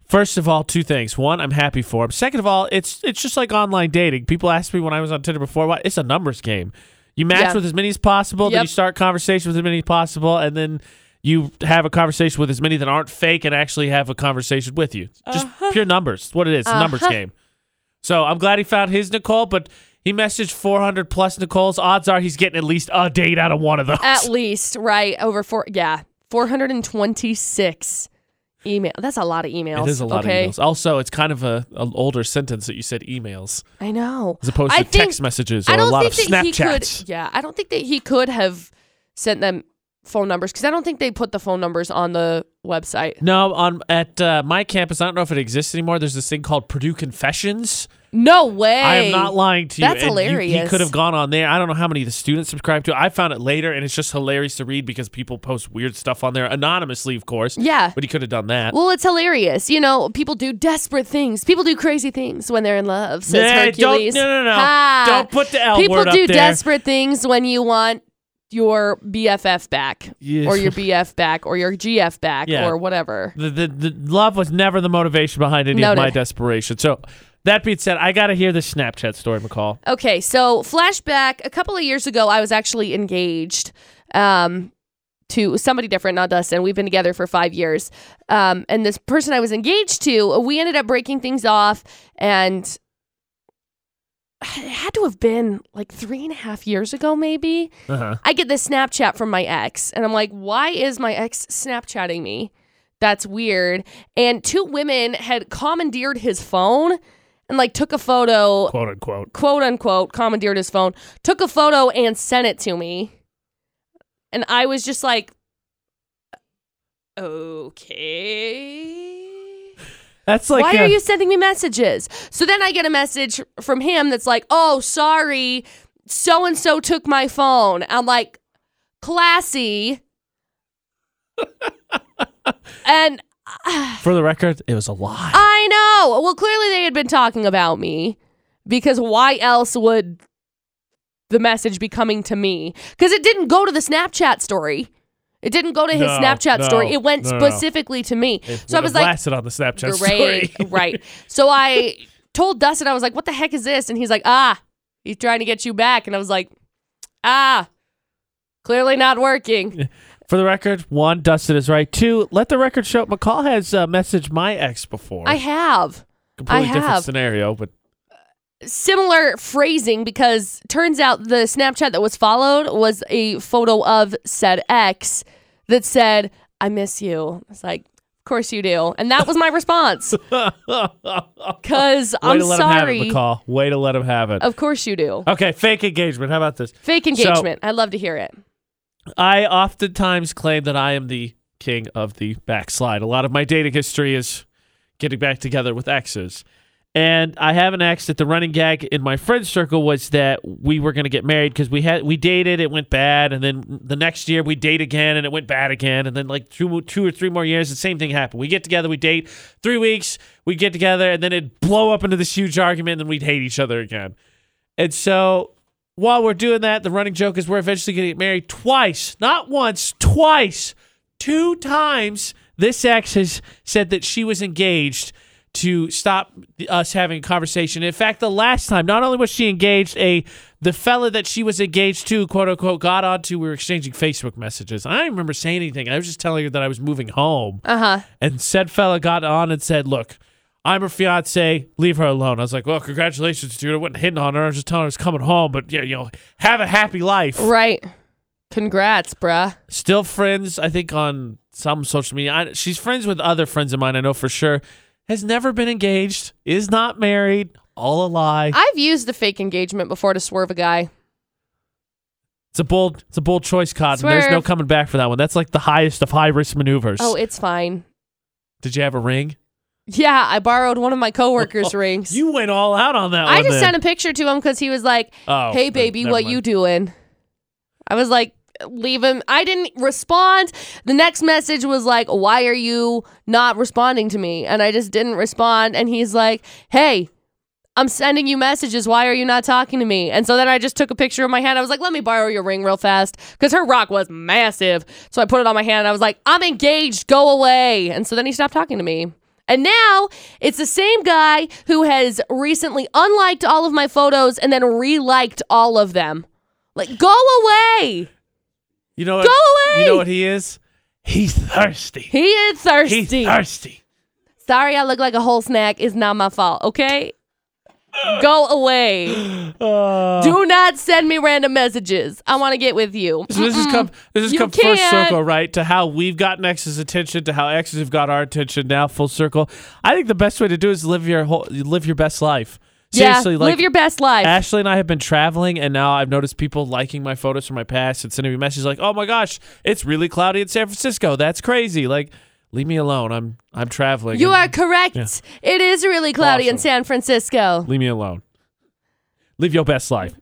First of all, two things. One, I'm happy for him. Second of all, it's it's just like online dating. People asked me when I was on Tinder before, "What? It's a numbers game. You match
Yeah.
with as many as possible, then
Yep.
you start conversation with as many as possible, and then you have a conversation with as many that aren't fake and actually have a conversation with you. It's Just
Uh-huh.
pure numbers. It's what it is. It's a numbers game. So I'm glad he found his Nicole, but he messaged 400 plus Nicoles. Odds are he's getting at least a date out of one of those.
At least, right? Over four, yeah, 426 email. That's a lot of emails.
it is a lot
okay?
of emails. Also, it's kind of a an older sentence that you said emails.
I know.
as opposed to
I think-
text messages or
I
a
don't
lot of
think that he
Snapchats.
could. Yeah, I don't think that he could have sent them phone numbers because I don't think they put the phone numbers on the website.
No, on at uh, my campus, I don't know if it exists anymore. There's this thing called Purdue Confessions.
No way.
I am not lying to you.
that's
and you- he
hilarious.
could have gone on there. I don't know how many of the students subscribe to. I found it later, and it's just hilarious to read because people post weird stuff on there anonymously, of course.
Yeah.
but he could have done that.
Well, it's hilarious. You know, people do desperate things. People do crazy things when they're in love. Says
Nah, don't-
Hercules.
no, no, no.
Ha.
Don't put the L
people
word up
do
there.
desperate things when you want your BFF back
Yeah.
or your BF back or your GF back
Yeah.
or whatever.
The, the the love was never the motivation behind any of
Noted.
my desperation. So that being said, I gotta hear the Snapchat story, McCall.
Okay, so flashback a couple of years ago, I was actually engaged um, to somebody different, not Dustin. We've been together for five years. Um, and this person I was engaged to, we ended up breaking things off. And it had to have been like three and a half years ago, maybe.
Uh-huh.
I get this Snapchat from my ex, and I'm like, why is my ex Snapchatting me? That's weird. And two women had commandeered his phone and like took a photo
Quote unquote.
quote unquote commandeered his phone, took a photo and sent it to me. And I was just like, okay.
That's like
Why
uh,
are you sending me messages? So then I get a message from him that's like, oh, sorry, so and so took my phone. I'm like,
*laughs*
classy. and
for the record, it was a lie.
I know. Well, clearly they had been talking about me because why else would the message be coming to me? Because it didn't go to the Snapchat story. It didn't go to his
No,
Snapchat
no,
story. It went
no, no.
specifically to me.
It
so I
would've
was like,
blasted on the Snapchat
great,
story. *laughs*
right? So I told Dustin, I was like, "What the heck is this?" And he's like, "Ah, he's trying to get you back." And I was like, "Ah, clearly not working."
For the record, one, Dustin is right. Two, let the record show McCall has uh, messaged my ex before.
I have.
Completely
I
different
have.
scenario,
*laughs*
but
similar phrasing because turns out the Snapchat that was followed was a photo of said ex that said, I miss you. It's like, of course you do. And that was
*laughs*
my response because
way
I'm
to let him have
sorry. Oh.
it, McCall. Way to let him have it.
Of course you do.
Okay, fake engagement. How about this?
Fake
So-
engagement. I love to hear it.
I oftentimes claim that I am the king of the backslide. A lot of my dating history is getting back together with exes. And I have an ex that the running gag in my friend circle was that we were going to get married because we had we dated, it went bad, and then the next year we date again and it went bad again, and then like two two or three more years, the same thing happened. We get together, we date, three weeks, we get together, and then it'd blow up into this huge argument, and then we'd hate each other again. And so while we're doing that, the running joke is we're eventually going to get married twice, not once, twice, two times. This ex has said that she was engaged to stop us having a conversation. In fact, the last time, not only was she engaged, a the fella that she was engaged to, quote unquote, got onto. We were exchanging Facebook messages. I didn't remember saying anything. I was just telling her that I was moving home.
Uh huh.
And said fella got on and said, Look, I'm her fiance, leave her alone. I was like, Well, congratulations, dude. I wasn't hitting on her. I was just telling her I was coming home, but yeah, you know, have a happy life.
Right. Congrats, bruh.
Still friends, I think, on some social media. I, she's friends with other friends of mine, I know for sure. Has never been engaged, is not married, all a lie.
I've used the fake engagement before to swerve a guy.
it's a bold it's a bold choice, Cotton. There's no
Swerve.
coming back for that one. That's like the highest of high risk maneuvers.
Oh, it's fine.
Did you have a ring?
Yeah, I borrowed one
*laughs*
of my coworkers' rings.
You went all out on that one.
I just
then.
sent a picture to him because he was like,
Oh,
hey
then
baby
never
what
mind.
you doing i was like leave him i didn't respond the next message was like why are you not responding to me and i just didn't respond and he's like hey i'm sending you messages why are you not talking to me and so then i just took a picture of my hand i was like let me borrow your ring real fast because her rock was massive so i put it on my hand and i was like i'm engaged go away and so then he stopped talking to me and now it's the same guy who has recently unliked all of my photos and then reliked all of them. Like, go away.
You know what?
Go away.
You know what he is? He's thirsty.
He is thirsty.
He's thirsty.
Sorry, I look like a whole snack. It's not my fault, okay? Go away.
Uh,
Do not send me random messages. I want to get with you.
so this has come this has
You
come first
can't.
circle, right? To how we've gotten ex's attention, to how exes have got our attention now, full circle. I think the best way to do is live your whole live your best life. Seriously,
yeah,
like
live your best life.
Ashley and I have been traveling, and now I've noticed people liking my photos from my past and sending me messages like, "Oh my gosh, it's really cloudy in San Francisco. That's crazy." Like, leave me alone. I'm I'm traveling.
you
and
are correct. It is really cloudy in
Awesome.
San Francisco.
leave me alone. Live your best life.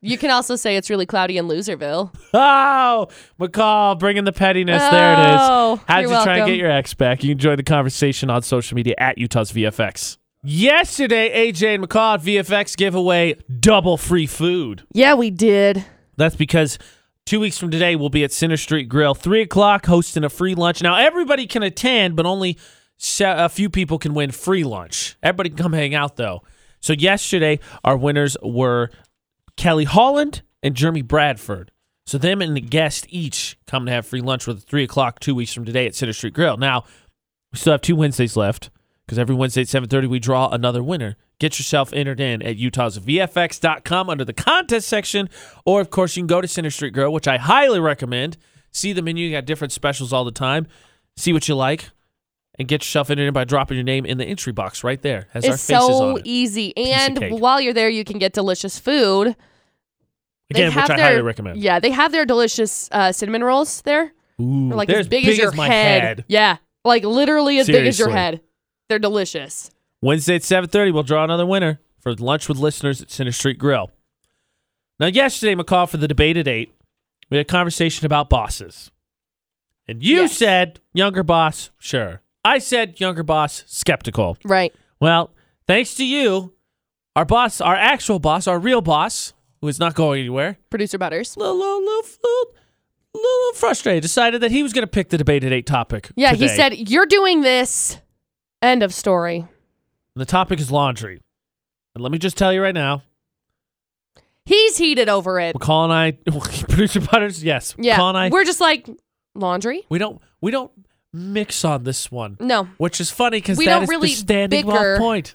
You can also say it's really cloudy in Loserville.
Oh, McCall, bringing the pettiness. there it is.
Oh,
How'd you
you're
try and
welcome.
get your ex back? You can join the conversation on social media at Utah's VFX. Yesterday, AJ and McCall at VFX gave away double free food.
Yeah, we did.
That's because Two weeks from today, we'll be at Center Street Grill, three o'clock, hosting a free lunch. Now everybody can attend, but only se- a few people can win free lunch. Everybody can come hang out though. So yesterday, our winners were Kelly Holland and Jeremy Bradford. So them and the guest each come to have free lunch with us three o'clock two weeks from today at Center Street Grill. Now we still have two Wednesdays left because every Wednesday at seven thirty we draw another winner. Get yourself entered in at utahsvfx.com under the contest section, or of course you can go to Center Street Grill, which I highly recommend. See the menu; you got different specials all the time. See what you like, and get yourself entered in by dropping your name in the entry box right there. Has
It's
our faces
so e-
on it.
easy.
of
And
cake.
while you're there, you can get delicious food. They
again, which
have
I
their-
highly recommend.
Yeah, they have their delicious uh, cinnamon rolls there.
Ooh,
They're like
they're
as big, as your
my
head. Yeah, like literally as big as your
Seriously.
head. They're delicious.
Wednesday at 7:30, we'll draw another winner for lunch with listeners at Center Street Grill. Now, yesterday, McCall, for the debate at eight, we had a conversation about bosses. And you
Yes.
said younger boss, sure. I said younger boss, skeptical.
Right.
Well, thanks to you, our boss, our actual boss, our real boss, who is not going anywhere,
Producer Butters.
little, little, little, little, little frustrated, decided that he was going to pick the debate at eight topic.
Yeah, he
today.
said, You're doing this. End of story.
And the topic is laundry. And let me just tell you right now,
He's heated over it.
McCall and I, *laughs* producer Butters, yes.
Yeah.
McCall and I,
We're just like, laundry?
we don't we don't mix on this one,
No.
which is funny because
We
that
don't
is
really
the standing off
bicker.
point.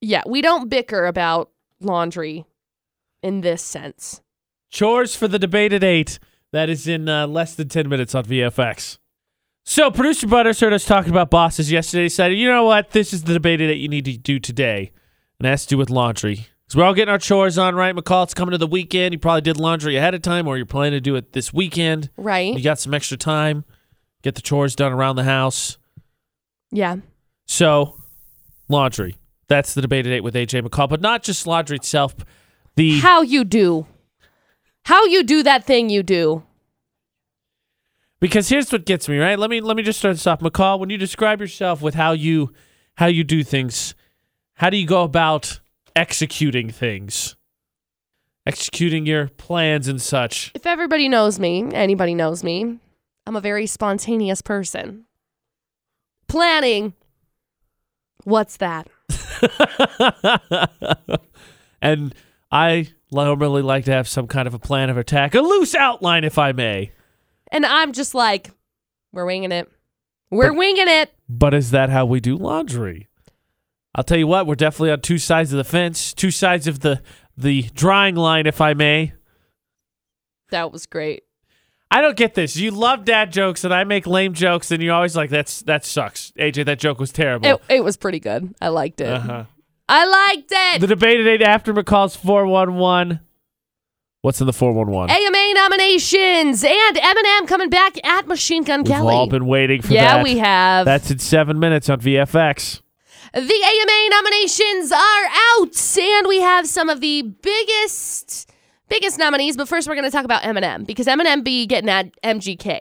Yeah, we don't bicker about laundry in this sense.
Chores for the debate at eight. That is in uh, less than ten minutes on VFX. So producer Butters heard us talking about bosses yesterday. Decided, you know what, this is the debate that you need to do today, and it has to do with laundry. Because we're all getting our chores on, right? McCall, it's coming to the weekend. You probably did laundry ahead of time, or you're planning to do it this weekend.
Right?
You got some extra time. Get the chores done around the house.
Yeah.
So, laundry. That's the debate at eight with AJ McCall, but not just laundry itself. The
How you do. How you do that thing you do.
because here's what gets me right. Let me let me just start this off, McCall. When you describe yourself with how you how you do things, how do you go about executing things, executing your plans and such? *laughs*
If everybody knows me, anybody knows me, I'm a very spontaneous person. Planning. What's that?
and I normally like to have some kind of a plan of attack, a loose outline, if I may.
And I'm just like, we're winging it. We're
But-
winging it.
But is that how we do laundry? I'll tell you what, we're definitely on two sides of the fence, two sides of the the drying line, if I may.
That was great.
I don't get this. You love dad jokes and I make lame jokes and you're always like, That's that sucks. AJ, that joke was terrible.
It, it was pretty good. I liked it.
Uh-huh.
I liked it.
The debate at eight after McCall's four one one. What's in the four one one?
AMA nominations and Eminem coming back at Machine Gun
We've
Kelly.
all been waiting for
yeah,
that.
we have.
That's in seven minutes on VFX.
the AMA nominations are out, and we have some of the biggest, biggest nominees. But first, we're going to talk about Eminem because Eminem be getting at MGK.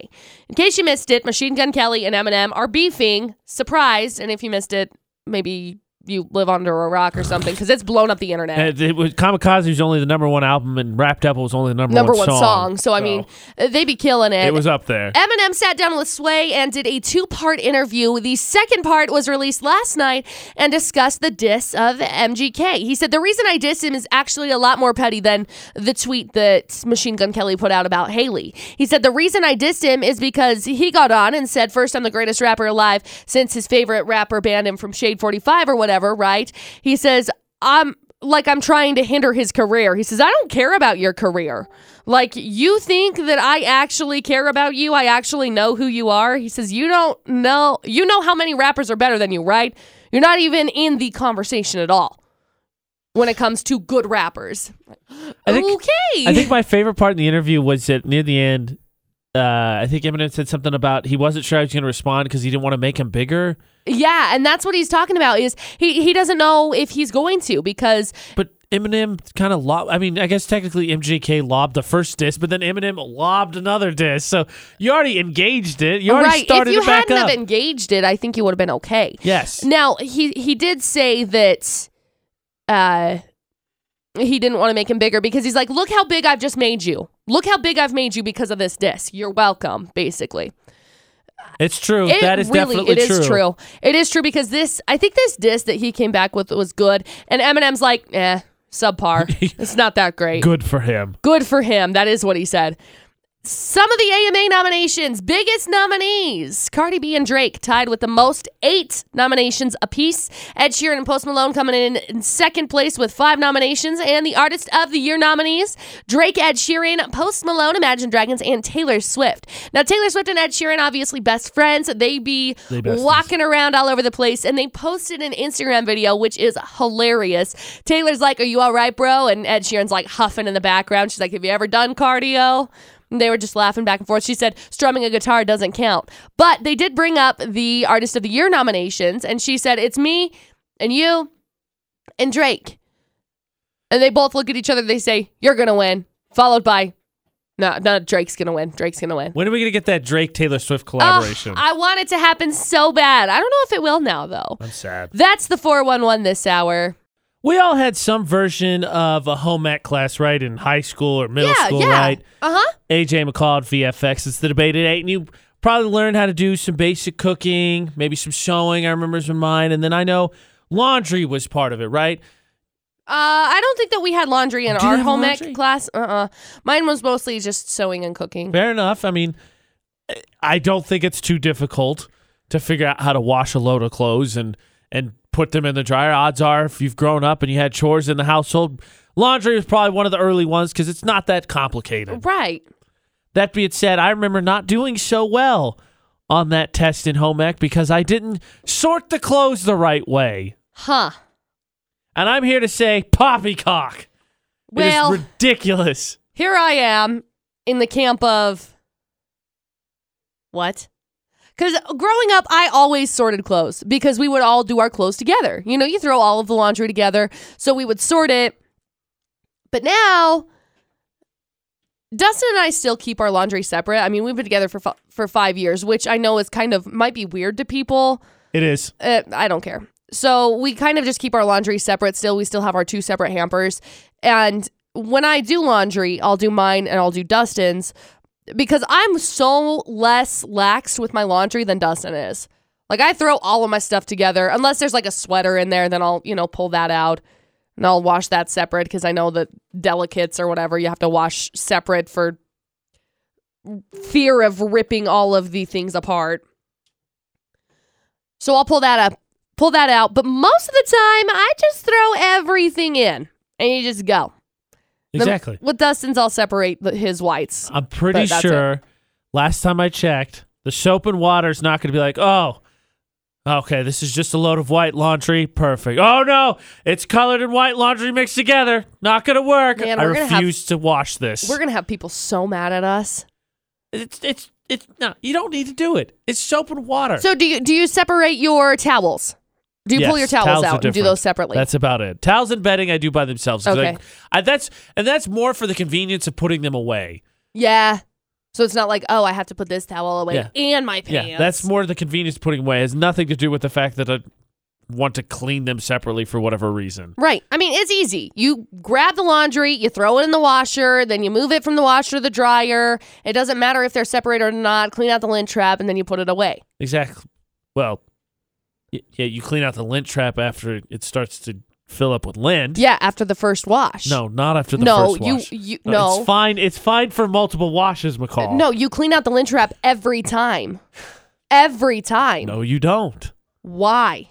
In case you missed it, Machine Gun Kelly and Eminem are beefing. Surprised, and if you missed it, maybe you live under a rock or something because it's blown up the internet.
And it was Kamikaze was only the number one album and Wrapped Up was only the number,
Number
one,
one song. So I mean, they be killing it.
it was up there.
Eminem sat down with Sway and did a two part interview. The second part was released last night and discussed the diss of MGK. He said, The reason I diss him is actually a lot more petty than the tweet that Machine Gun Kelly put out about Haley. He said, The reason I dissed him is because he got on and said, First, I'm the greatest rapper alive since his favorite rapper banned him from Shade 45 or whatever, right? He says, I'm like I'm trying to hinder his career. He says, I don't care about your career. Like, you think that I actually care about you? I actually know who you are? He says, You don't know. You know how many rappers are better than you, right? You're not even in the conversation at all when it comes to good rappers.
I think-
okay.
I think my favorite part in the interview was that near the end, uh, I think Eminem said something about he wasn't sure how he was going to respond because he didn't want to make him bigger.
yeah, and that's what he's talking about is he, he doesn't know if he's going to because
But Eminem kind of lob. I mean, I guess technically MGK lobbed the first disc, but then Eminem lobbed another disc. So you already engaged it. You already
right, if
started
you
it back
hadn't
up.
have engaged it, I think you would have been okay.
yes.
Now he he did say that uh he didn't want to make him bigger because he's like, look how big I've just made you. Look how big I've made you because of this disc. You're welcome, basically.
It's true.
It
that is
really,
definitely
it is true. It is true because this, I think this disc that he came back with was good, and Eminem's like, eh,
*laughs*
subpar. it's not that great.
Good for him.
Good for him. That is what he said. Some of the AMA nominations, biggest nominees Cardi B and Drake tied with the most, eight nominations apiece. Ed Sheeran and Post Malone coming in in second place with five nominations. And the Artist of the Year nominees Drake, Ed Sheeran, Post Malone, Imagine Dragons, and Taylor Swift. Now, Taylor Swift and Ed Sheeran, obviously best friends. They be
They besties.
walking around all over the place. And they posted an Instagram video, which is hilarious. Taylor's like, Are you all right, bro? And Ed Sheeran's like huffing in the background. She's like, Have you ever done cardio? And they were just laughing back and forth. She said, strumming a guitar doesn't count. But they did bring up the Artist of the Year nominations, and she said, It's me and you and Drake. And they both look at each other. They say, You're going to win. Followed by, No, no, Drake's going to win. Drake's going to win.
When are we going to get that Drake Taylor Swift
Ugh,
collaboration?
I want it to happen so bad. I don't know if it will now, though.
I'm sad.
That's the 411 this hour.
We all had some version of a home ec class, right? In high school or middle
yeah,
school,
yeah.
right?
Uh huh.
AJ McCall at VFX. It's the debate at eight, and you probably learned how to do some basic cooking, maybe some sewing. I remember was mine, and then I know laundry was part of it, right?
Uh, I don't think that we had laundry in
Do you
our
have
home
laundry?
ec class. Uh uh Mine was mostly just sewing and cooking.
Fair enough. I mean, I- I don't think it's too difficult to figure out how to wash a load of clothes and and put them in the dryer. Odds are, if you've grown up and you had chores in the household, laundry was probably one of the early ones because it's not that complicated.
Right.
That being said, I remember not doing so well on that test in home ec because I didn't sort the clothes the right way.
Huh.
And I'm here to say poppycock.
Well,
it is ridiculous.
here I am in the camp of what? Because growing up, I always sorted clothes because we would all do our clothes together. You know, you throw all of the laundry together, so we would sort it. But now, Dustin and I still keep our laundry separate. I mean, we've been together for fi- for five years, which I know is kind of might be weird to people.
It is.
uh, I don't care. So we kind of just keep our laundry separate. Still, we still have our two separate hampers. And when I do laundry, I'll do mine and I'll do Dustin's because I'm so less lax with my laundry than Dustin is. Like I throw all of my stuff together unless there's like a sweater in there, then I'll you know pull that out and I'll wash that separate because I know that delicates or whatever you have to wash separate for fear of ripping all of the things apart. So I'll pull that up, pull that out. But most of the time, I just throw everything in and you just go. Then
Exactly. Uh,
with Dustin's, I'll separate the, his whites.
I'm pretty
But that's
sure last time I checked, the soap and water's not going to be like, oh, okay, this is just a load of white laundry. Perfect. Oh, no, it's colored and white laundry mixed together. Not going to work.
Man,
I
we're gonna have-
refuse to wash this.
We're gonna have people so mad at us.
It's it's it's not. You don't need to do it. It's soap and water.
So do you do you separate your towels? Do you pull your
Yes,
towels,
are
out and do
different.
those separately?
That's about it. Towels and bedding I do by themselves. 'cause I-
Okay.
I, that's and that's more for the convenience of putting them away.
yeah. So it's not like oh I have to put this towel away
Yeah.
and my pants.
Yeah, that's more the convenience of putting away. It has nothing to do with the fact that I want to clean them separately for whatever reason.
Right. I mean, it's easy. You grab the laundry, you throw it in the washer, then you move it from the washer to the dryer. It doesn't matter if they're separated or not. Clean out the lint trap and then you put it away.
Exactly. Well, y- yeah, you clean out the lint trap after it starts to fill up with lint.
Yeah, after the first wash.
No, not after the
No,
first
you-
wash.
you- no.
It's fine. It's fine for multiple washes, McCall.
No, you clean out the lint trap every time. Every time.
no, you don't,
Why?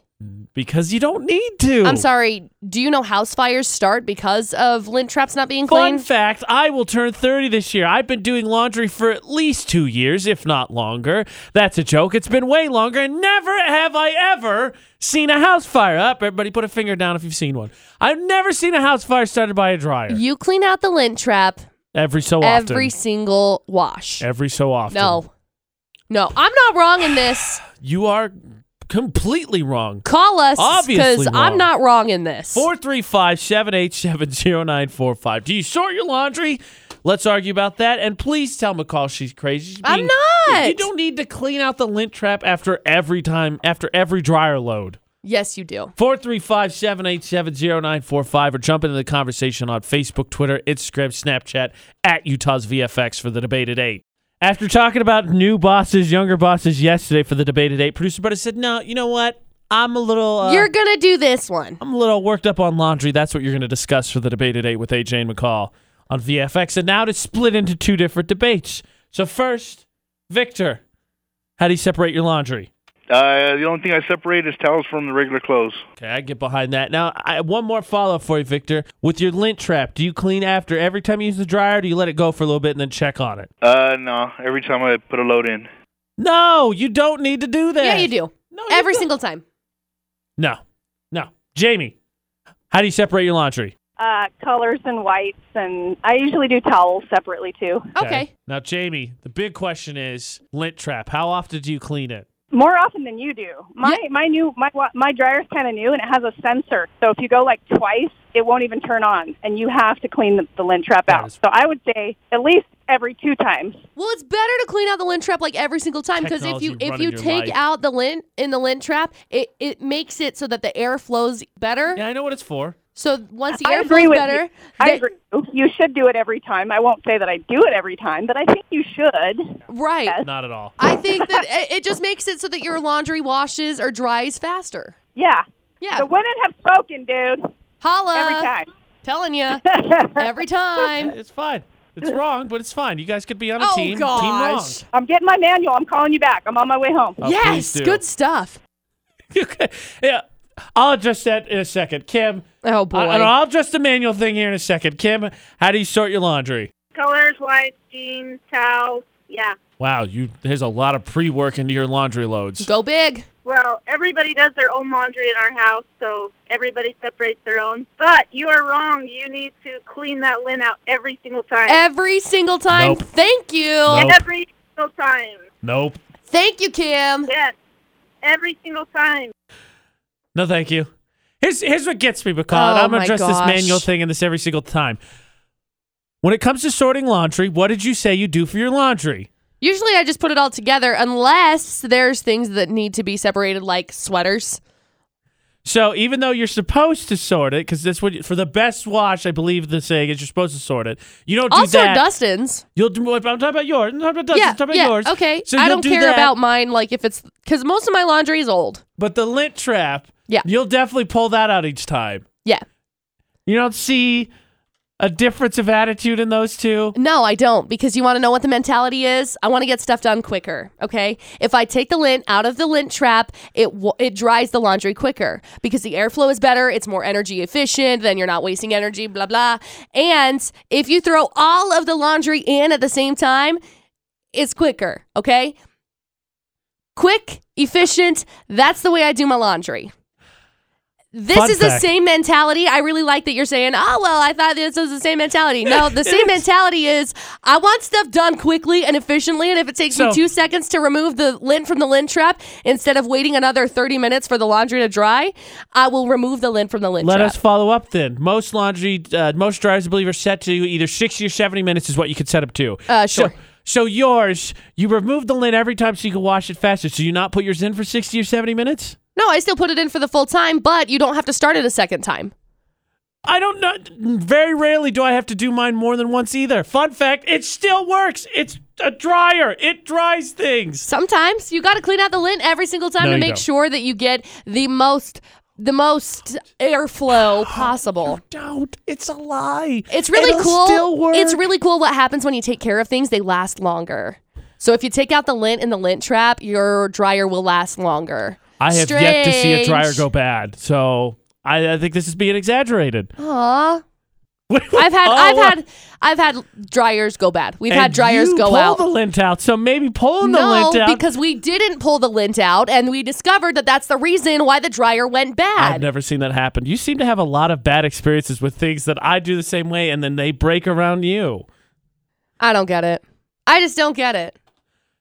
because you don't need to.
I'm sorry. Do you know house fires start because of lint traps not being
Fun
cleaned?
fact, I will turn 30 this year. I've been doing laundry for at least two years, if not longer. That's a joke. It's been way longer, and never have I ever seen a house fire. Up, everybody put a finger down if you've seen one. I've never seen a house fire started by a dryer.
You clean out the lint trap
Every so often.
every single wash.
Every so often.
No. No, I'm not wrong in this.
You are completely wrong.
Call us
Obviously
because
wrong.
I'm not wrong in this.
435 787 0945. Do you sort your laundry? Let's argue about that. And please tell McCall she's crazy. She's
I'm
being-
not.
You don't need to clean out the lint trap after every time, after every dryer load.
Yes, you do.
435 787 0945 or jump into the conversation on Facebook, Twitter, Instagram, Snapchat at Utah's VFX for the debate at 8. After talking about new bosses, younger bosses yesterday for the debate at 8, producer Buddy said, No, you know what? I'm a little. Uh,
You're gonna do this one.
I'm a little worked up on laundry. That's what you're going to discuss for the debate at 8 with AJ and McCall on VFX. And now it's split into two different debates. So, first, Victor, how do you separate your laundry?
Uh, the only thing I separate is towels from the regular clothes.
Okay, I get behind that. Now, I, one more follow up for you, Victor. With your lint trap, do you clean after every time you use the dryer? Or do you let it go for a little bit and then check on it?
Uh, no. Every time I put a load in.
No, you don't need to do that.
Yeah, you do.
No, you
Every
don't.
single time.
No, no. Jamie, how do you separate your laundry?
Uh, colors and whites, and I usually do towels separately too.
Okay.
Now, Jamie, the big question is lint trap. How often do you clean it?
More often than you do. My my new my wa- my dryer's kind of new, and it has a sensor. So if you go like twice, it won't even turn on, and you have to clean the, the lint trap
That
out.
is-
So I would say at least every two times.
Well, it's better to clean out the lint trap like every single time because if you
Technology
if
running
you
your
take
life.
out the lint in the lint trap, it it makes it so that the air flows better.
Yeah, I know what it's for.
So once the
I
air
agree
flows
with
better,
you. I
they-
agree. Oh, You should do it every time. I won't say that I do it every time, but I think you should.
right.
Yes.
Not at all.
I think that *laughs* it- it just makes it so that your laundry washes or dries faster.
Yeah.
Yeah.
The women have spoken, dude.
Holla.
Every time. *laughs*
Telling you every time.
It's fine.
*laughs*
It's wrong, but it's fine. You guys could be on a
Oh,
team. Team wrong. *laughs*
gosh.
I'm getting my manual. I'm calling you back. I'm on my way home.
Oh, please
yes,
do.
good stuff.
okay. Yeah. I'll address that in a second. Kim,
Oh boy.
I, I'll address the manual thing here in a second. Kim, how do you sort your laundry?
colors, whites, jeans, towels. Yeah.
Wow, you there's a lot of pre-work into your laundry loads.
Go big.
Well, everybody does their own laundry in our house, so everybody separates their own. But you are wrong. You need to clean that lint out every single time.
Every single time.
Nope.
Thank you.
Nope.
Every single time.
Nope.
Thank you, Kim.
Yes. Every single time.
No, thank you. Here's here's what gets me, McCall. and
Oh,
I'm gonna
my
address this
gosh.
manual thing and this every single time. When it comes to sorting laundry, what did you say you do for your laundry?
Usually I just put it all together unless there's things that need to be separated like sweaters.
So even though you're supposed to sort it, because that's what you- for the best wash, I believe the saying is you're supposed to sort it. You don't do
also
that.
Dustin's.
You'll do. I'm talking about yours. I'm talking about Dustin's.
yeah.
I'm talking about
yeah.
yours.
Okay.
So
I
you'll
don't
do
care
that.
about mine like if it's cuz most of my laundry is old.
But the lint trap,
Yeah.
you'll definitely pull that out each time.
Yeah.
You don't see a difference of attitude in those two.
No, I don't because you want to know what the mentality is. I want to get stuff done quicker, okay? If I take the lint out of the lint trap, it wa- it dries the laundry quicker because the airflow is better, it's more energy efficient, then you're not wasting energy, blah blah. And if you throw all of the laundry in at the same time, it's quicker, okay? Quick, efficient, that's the way I do my laundry. This
Fun
is the
fact.
same mentality. I really like that you're saying, oh, well, I thought this was the same mentality.
*laughs*
No, the same mentality is I want stuff done quickly and efficiently. And if it takes
So-
me two seconds to remove the lint from the lint trap instead of waiting another 30 minutes for the laundry to dry, I will remove the lint from the lint
Let
trap.
us follow up then. Most laundry, uh, most dryers, I believe, are set to either 60 or 70 minutes is what you could set up to.
Uh,
So,
sure.
so yours, you remove the lint every time so you can wash it faster. So you not put yours in for 60 or 70 minutes?
no, I still put it in for the full time, but you don't have to start it a second time.
I don't know. Very rarely do I have to do mine more than once either. Fun fact, it still works. It's a dryer. It dries things.
Sometimes you got to clean out the lint every single time
No,
to
you
make
don't.
sure that you get the most
*sighs*
the most airflow possible.
Don't. It's a lie.
It's really
It'll
cool.
Still work.
It's really cool what happens when you take care of things, they last longer. So if you take out the lint in the lint trap, your dryer will last longer.
I have yet to see a dryer
Strange.
go bad. So I, I think this is being exaggerated.
*laughs* Aw.
What-
I've had
Oh,
I've had I've had dryers go bad. We've had
and
dryers
you
go
pull
out.
the lint out. So maybe pulling the
no,
lint out.
because we didn't pull the lint out, and we discovered that that's the reason why the dryer went bad.
I've never seen that happen. You seem to have a lot of bad experiences with things that I do the same way, and then they break around you.
I don't get it. I just don't get it.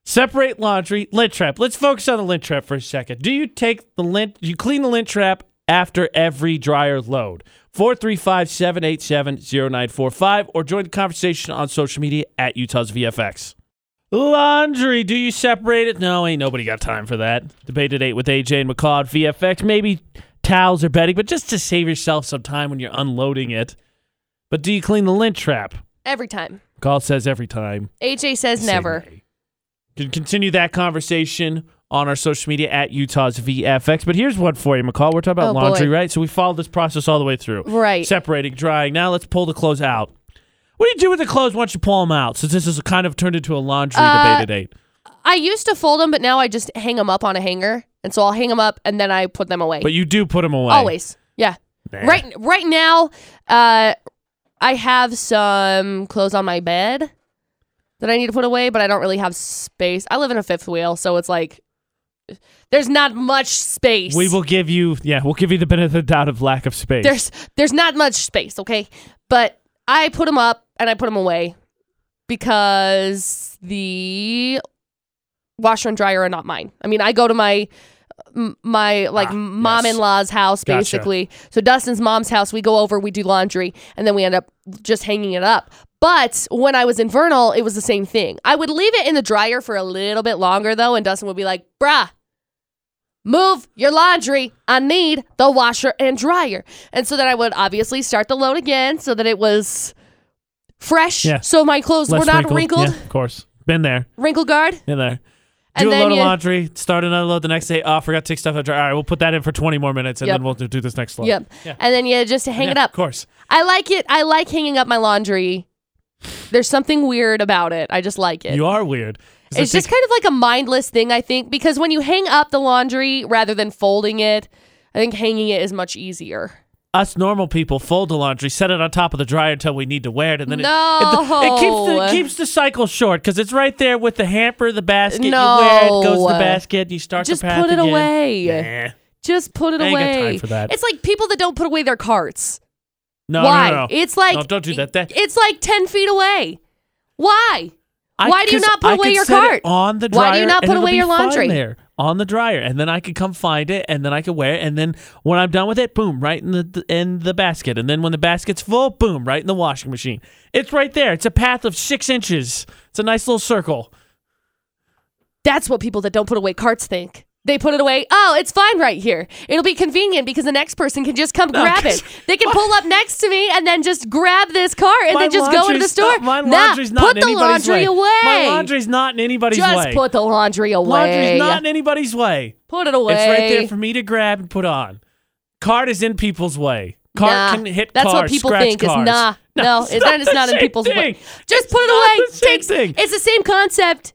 Separate laundry, lint trap. Let's focus on the lint trap for a second. Do you take the lint, you clean the lint trap after every dryer load? 435 787 0945 or join the conversation on social media at Utah's VFX. Laundry, do you separate it? No, ain't nobody got time for that. Debate at 8 with AJ and McCall at VFX. Maybe towels or bedding, but just to save yourself some time when you're unloading it. But do you clean the lint trap?
Every time.
McCall says every time.
AJ says never.
Same day. You can continue that conversation on our social media at Utah's VFX. But here's one for you, McCall. We're talking about
Oh, boy.
laundry, right? So we followed this process all the way through.
Right.
Separating, drying. Now let's pull the clothes out. What do you do with the clothes once you pull them out? Since this is kind of turned into a laundry
Uh,
debate at eight.
I used to fold them, but now I just hang them up on a hanger. And so I'll hang them up and then I put them away.
But you do put them away.
Always. Yeah.
Nah.
Right right now, uh I have some clothes on my bed that I need to put away, but I don't really have space. I live in a fifth wheel, so it's like there's not much space.
We will give you, yeah, we'll give you the benefit of the doubt of lack of space.
there's there's not much space, okay? But I put them up and I put them away because the washer and dryer are not mine. I mean, I go to my m- my like
Ah,
mom-in-law's house
Gotcha.
basically. So Dustin's mom's house, we go over, we do laundry, and then we end up just hanging it up. But when I was in Vernal, it was the same thing. I would leave it in the dryer for a little bit longer though, and Dustin would be like, "Bruh, move your laundry. I need the washer and dryer. And so then I would obviously start the load again so that it was fresh.
Yeah.
So my clothes
Less
were not
wrinkled.
wrinkled.
Yeah, of course. Been there.
Wrinkle guard.
Been there.
And
do a
then
load of
you-
laundry, start another load the next day. Oh, forgot to take stuff out. of dryer. All right, we'll put that in for 20 more minutes and
Yep.
then we'll do do this next load.
Yep.
Yeah.
And then you just hang
Yeah,
it up.
Of course.
I like it. I like hanging up my laundry. There's something weird about it. I just like it.
You are weird. 'Cause I
It's just
think-
kind of like a mindless thing, I think, because when you hang up the laundry rather than folding it, I think hanging it is much easier.
us normal people fold the laundry, set it on top of the dryer until we need to wear it, and then it-
No.
it, it, keeps the, it keeps the cycle short because it's right there with the hamper, the basket. You wear it, it goes to the
No.
basket, and you start
Just
the path
put it
again.
away.
Nah.
Just put it
I ain't
away.
got time for that.
It's like people that don't put away their carts.
No,
Why?
no, no, no.
It's like
No, don't do that. That-
It's like ten feet away. Why?
I-
Why do you
'cause
not put
I
away
could
your
set it
cart?
on the dryer?
Why do you not
and
put
it'll
away
be
your
fine
laundry?
there on the dryer, and then I could come find it, and then I could wear it, and then when I'm done with it, boom, right in the in the basket, and then when the basket's full, boom, right in the washing machine. It's right there. It's a path of six inches. It's a nice little circle.
That's what people that don't put away carts think. They put it away. Oh, it's fine right here. It'll be convenient because the next person can just come
No, *laughs*
grab
'cause-
it. They can pull up next to me and then just grab this cart and
My
then just go into the
laundry's
store.
Not, my
Nah,
laundry's not
put
in
the
anybody's
laundry
way.
away.
My laundry's not in anybody's
just
way.
put the laundry away.
laundry's not in anybody's way.
put it away.
It's right there for me to grab and put on. Cart is in people's way. Cart
nah,
can hit
That's
cars,
what people
scratch
think.
cars. *laughs*
Is, nah, no,
it's
it, that is
the
not in
same
people's way.
thing.
Just
It's
put it
not
away.
the same
Takes-
thing.
It's the same concept.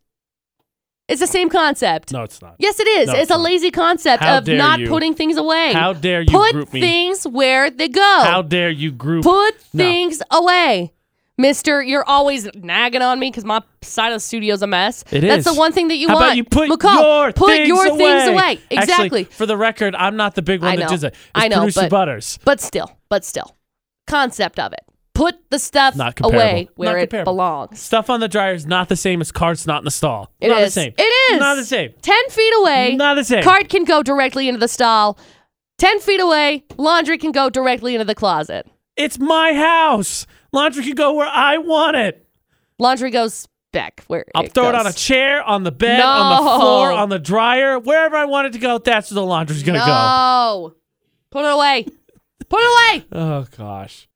It's the same concept.
No, it's not.
Yes, it is.
No,
it's
it's
a
not.
lazy concept
How
of
dare
not
you.
putting things away.
How dare you
Put
group me?
things where they go.
How dare you group?
Put
No.
things away. Mister, you're always nagging on me because my side of the studio's a mess.
It
That's the
is.
one thing that you
How
want.
about you put
McCall,
your
put
things
your
away?
things away.
Actually,
Exactly.
for the record, I'm not the big one
I
that
know.
does it. It's
I know,
producer
but-
Butters.
But still, but still, concept of it. Put the stuff
Not comparable.
away where
Not
it
comparable.
belongs.
Stuff on the dryer is not the same as carts not in the stall.
It
not
is.
the same.
It is.
Not the same.
Ten feet away.
Not the same.
Cart can go directly into the stall. Ten feet away. Laundry can go directly into the closet.
It's my house. Laundry can go where I want it.
Laundry goes back where
I'll
it
throw it
goes.
on a chair, on the bed, on the
No.
floor, on the dryer, wherever I want it to go. That's where the laundry's gonna
No, put it away. Put it away.
go. Oh gosh.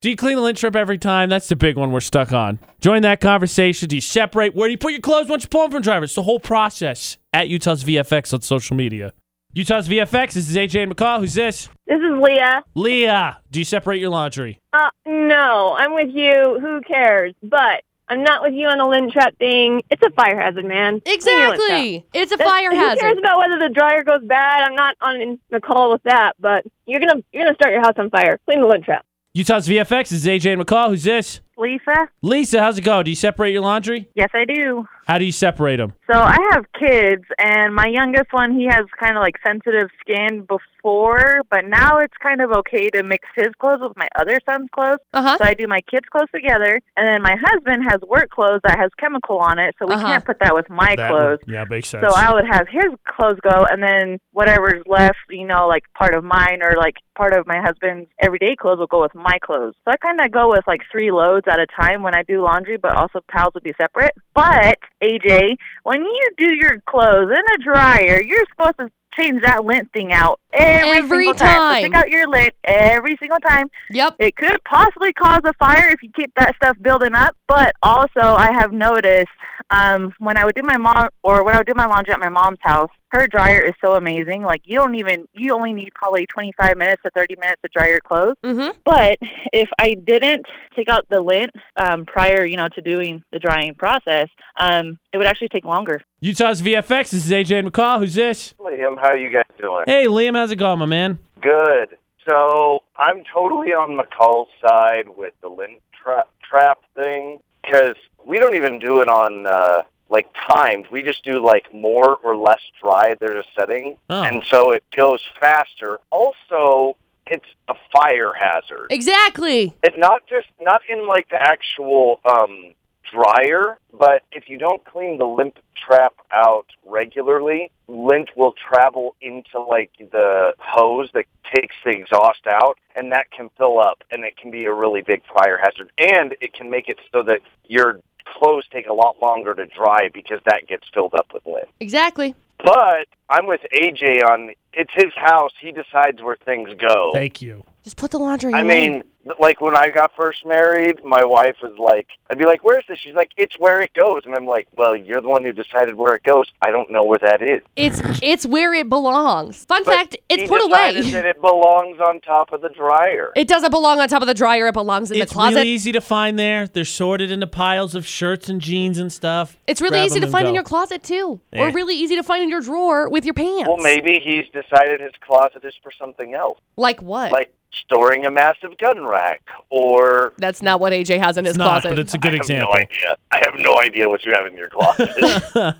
Do you clean the lint trip every time? That's the big one we're stuck on. Join that conversation. Do you separate? Where do you put your clothes once you pull them from drivers? It's the whole process at Utah's VFX on social media. Utah's VFX. This is AJ and McCall. Who's this?
This is Leah.
Leah. Do you separate your laundry?
Uh, no, I'm with you. Who cares? But I'm not with you on the lint trap thing. It's a fire hazard, man. Clean your lint trap.
Exactly. It's a
That's-
fire
Who cares
hazard.
about whether the dryer goes bad? I'm not on the call with that. But you're gonna you're gonna start your house on fire. Clean the lint trap.
Utah's VFX. This is AJ and McCall. Who's this?
Lisa?
Lisa. How's it going? Do you separate your laundry?
Yes, I do.
How do you separate them?
So I have kids, and my youngest one, he has kind of like sensitive skin before, but now it's kind of okay to mix his clothes with my other son's clothes.
Uh huh.
So I do my kids' clothes together, and then my husband has work clothes that has chemical on it, so we
Uh-huh.
can't put that with my
That
clothes.
would- yeah, makes sense.
So I would have his clothes go, and then whatever's left, you know, like part of mine or like part of my husband's everyday clothes will go with my clothes. So I kind of go with like three loads at a time when I do laundry, but also towels would be separate. But AJ, when you do your clothes in a dryer, you're supposed to change that lint thing out every,
Every
single time. So
time.
Take out your lint every single time.
Yep.
It could possibly cause a fire if you keep that stuff building up. But also, I have noticed um, when I would do my mom or when I would do my laundry at my mom's house, her dryer is so amazing. Like you don't even you only need probably 25 minutes to 30 minutes to dry your clothes.
Mm-hmm.
But if I didn't take out the lint um, prior, you know, to doing the drying process, um, it would actually take longer.
Utah's VFX. This is AJ McCall. Who's this?
Liam, how you guys doing?
Hey, Liam. How's it going, my man?
Good. So I'm totally on McCall's side with the lint tra- trap thing because we don't even do it on uh, like timed. We just do like more or less dry. There's a setting,
Oh.
and so it goes faster. Also, it's a fire hazard.
Exactly.
It not just not in like the actual um, dryer, but if you don't clean the lint trap out regularly, lint will travel into like the hose that takes the exhaust out, and that can fill up, and it can be a really big fire hazard, and it can make it so that your clothes take a lot longer to dry because that gets filled up with lint.
Exactly.
But I'm with AJ on it's his house; he decides where things go.
Thank you.
Just put the laundry. in
I
your
mean, like when I got first married, my wife was like, I'd be like, where's this? She's like, it's where it goes. And I'm like, well, you're the one who decided where it goes. I don't know where that is.
It's it's where it belongs. Fun
But
fact,
he
it's put
decided
away.
That it belongs on top of the dryer.
It doesn't belong on top of the dryer. It belongs in
it's
the closet.
really easy to find there. They're sorted into piles of shirts and jeans and stuff.
it's really
Grab
easy
them
to
and
find
go.
in your closet too,
Eh.
or really easy to find in your drawer with your pants.
well, maybe he's decided his closet is for something else,
Like what?
like storing a massive gun rack or.
That's not what AJ has in his
It's not,
closet.
but it's a good
I
example.
have no idea. I have no idea what you have in your
*laughs*
closet.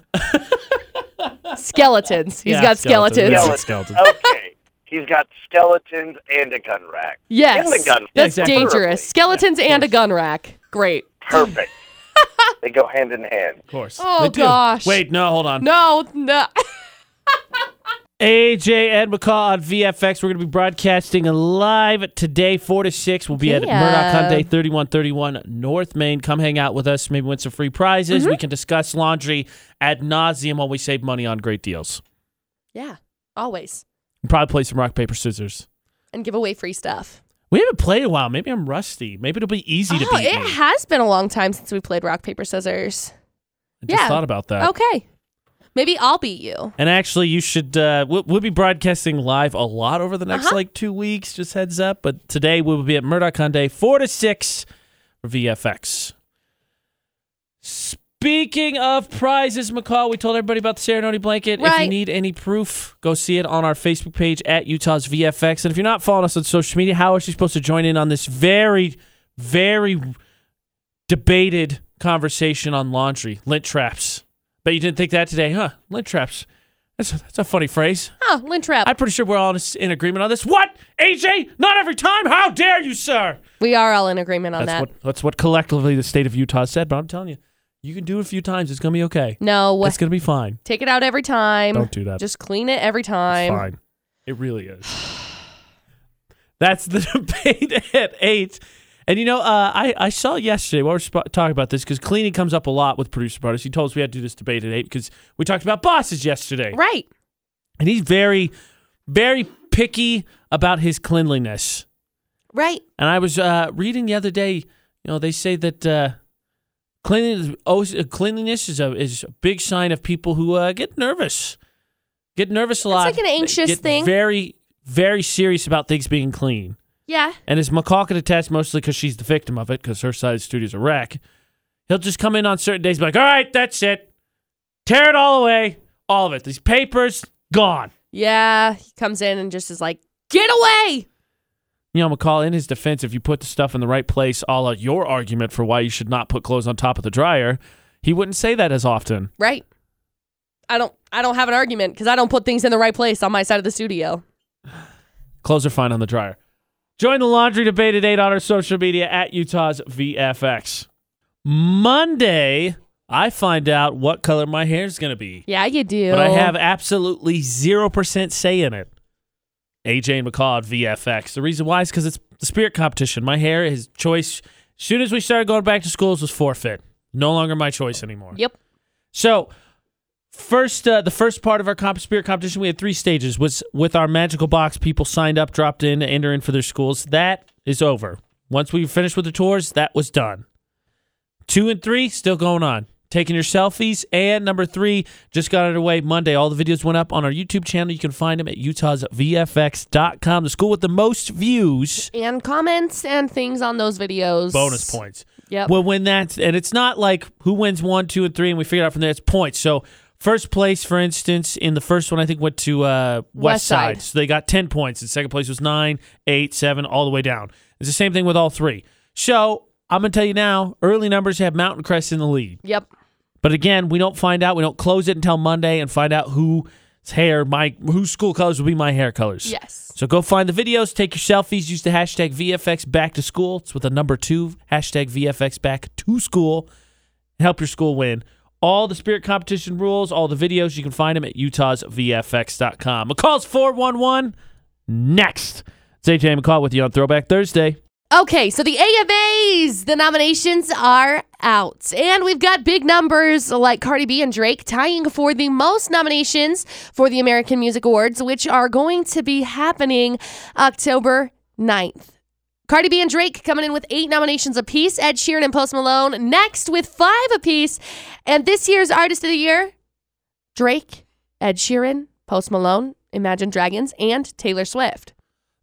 skeletons. He's
Yeah,
got
skeleton.
skeletons.
Yeah.
Skeleton.
skeleton.
okay. He's got skeletons and a gun rack.
Yes.
And the gun.
That's
Yeah, exactly.
dangerous. Skeletons and a gun rack. Great. *laughs*
Perfect. they go hand in hand.
Of course.
Oh,
They do.
gosh.
Wait, no, hold on.
No, no. *laughs*
AJ Ed McCall on VFX. We're going to be broadcasting live today, 4 to 6. We'll be at
Yeah.
Murdoch Hyundai, 3131 North Main. Come hang out with us. Maybe win some free prizes.
Mm-hmm.
We can discuss laundry ad nauseum while we save money on great deals.
yeah. Always.
And probably play some rock, paper, scissors.
And give away free stuff.
We haven't played in a while. Maybe I'm rusty. Maybe it'll be easy to
oh,
beat
it
me.
has been a long time since we played rock paper scissors.
I just
yeah.
thought about that.
Okay. Maybe I'll beat you.
And actually, you should. Uh, we'll, we'll be broadcasting live a lot over the next
Uh-huh.
like two weeks. Just heads up. But today we will be at Murdoch Hyundai, four to six, for VFX. Speaking of prizes, McCall, we told everybody about the Serenity blanket. If you
Right.
need any proof, go see it on our Facebook page at Utah's VFX. And if you're not following us on social media, how is she supposed to join in on this very, very debated conversation on laundry lint traps? Bet you didn't think that today, huh? Lint traps. That's that's a funny phrase.
Huh, Oh, Lynn Trap.
I'm pretty sure we're all in in agreement on this. What, AJ? Not every time. How dare you, sir?
we are all in agreement on
that's
that.
what that's what collectively the state of Utah said. But I'm telling you, you can do it a few times. It's gonna be okay.
no,
It's gonna be fine.
take it out every time.
Don't do that.
Just clean it every
It's
time.
fine. It really
*sighs*
is. That's the *laughs* debate at eight. And you know, uh, I, I saw yesterday while we were sp- talking about this because cleaning comes up a lot with producer brothers. He told us we had to do this debate at eight because we talked about bosses yesterday,
Right.
and he's very, very picky about his cleanliness.
Right.
And I was uh, reading the other day, you know, they say that uh, cleanliness, oh, uh, cleanliness is a is a big sign of people who uh, get nervous, get nervous a lot.
like an
They
anxious
get
thing.
Very, very serious about things being clean.
Yeah.
And as McCall could attest, mostly because she's the victim of it, because her side of the studio's a wreck. He'll just come in on certain days, and be like, "All right, that's it, tear it all away, all of it. These papers gone."
Yeah. He comes in and just is like, get away.
You know, McCall, in his defense, if you put the stuff in the right place, a la your argument for why you should not put clothes on top of the dryer, he wouldn't say that as often.
Right. I don't I don't have an argument because I don't put things in the right place on my side of the studio.
Clothes are fine on the dryer. Join the laundry debate at 8 on our social media at Utah's VFX. Monday, I find out what color my hair's going to be,
Yeah, you do.
but I have absolutely 0% say in it. AJ and McCall at VFX. The reason why is because it's the spirit competition. My hair, his choice, Soon as we started going back to schools, was forfeit. No longer my choice anymore.
Yep.
So, first, uh, the first part of our comp spirit competition, we had three stages. Was with our magical box, people signed up, dropped in, to enter in for their schools. That is over. Once we finished with the tours, that was done. Two and three still going on. Taking your selfies, and number three just got underway Monday. All the videos went up on our YouTube channel. You can find them at utahsvfx.com. The school with the most views,
And comments and things on those videos.
bonus points.
Yep.
Well, when that's and it's not like who wins one, two, and three, and we figure it out from there. It's points. So first place, for instance, in the first one, I think went to uh, West,
West
Side.
Side.
So they got ten points. And second place was nine, eight, seven, all the way down. It's the same thing with all three. So I'm gonna tell you now. Early numbers have Mountain Crest in the lead,
yep.
but again, we don't find out. We don't close it until Monday and find out whose hair my whose school colors will be my hair colors.
Yes.
So go find the videos, take your selfies, use the hashtag VFX back to school. It's with a number two, hashtag VFX back to school. Help your school win. All the spirit competition rules, all the videos, you can find them at utahsvfx.com. McCall's 411 next. It's AJ McCall with you on Throwback Thursday.
Okay, so the A of A's, the nominations are out. And we've got big numbers like Cardi B and Drake tying for the most nominations for the American Music Awards, which are going to be happening October 9th. Cardi B and Drake coming in with eight nominations apiece. Ed Sheeran and Post Malone next with five apiece. And this year's Artist of the Year, Drake, Ed Sheeran, Post Malone, Imagine Dragons, and Taylor Swift.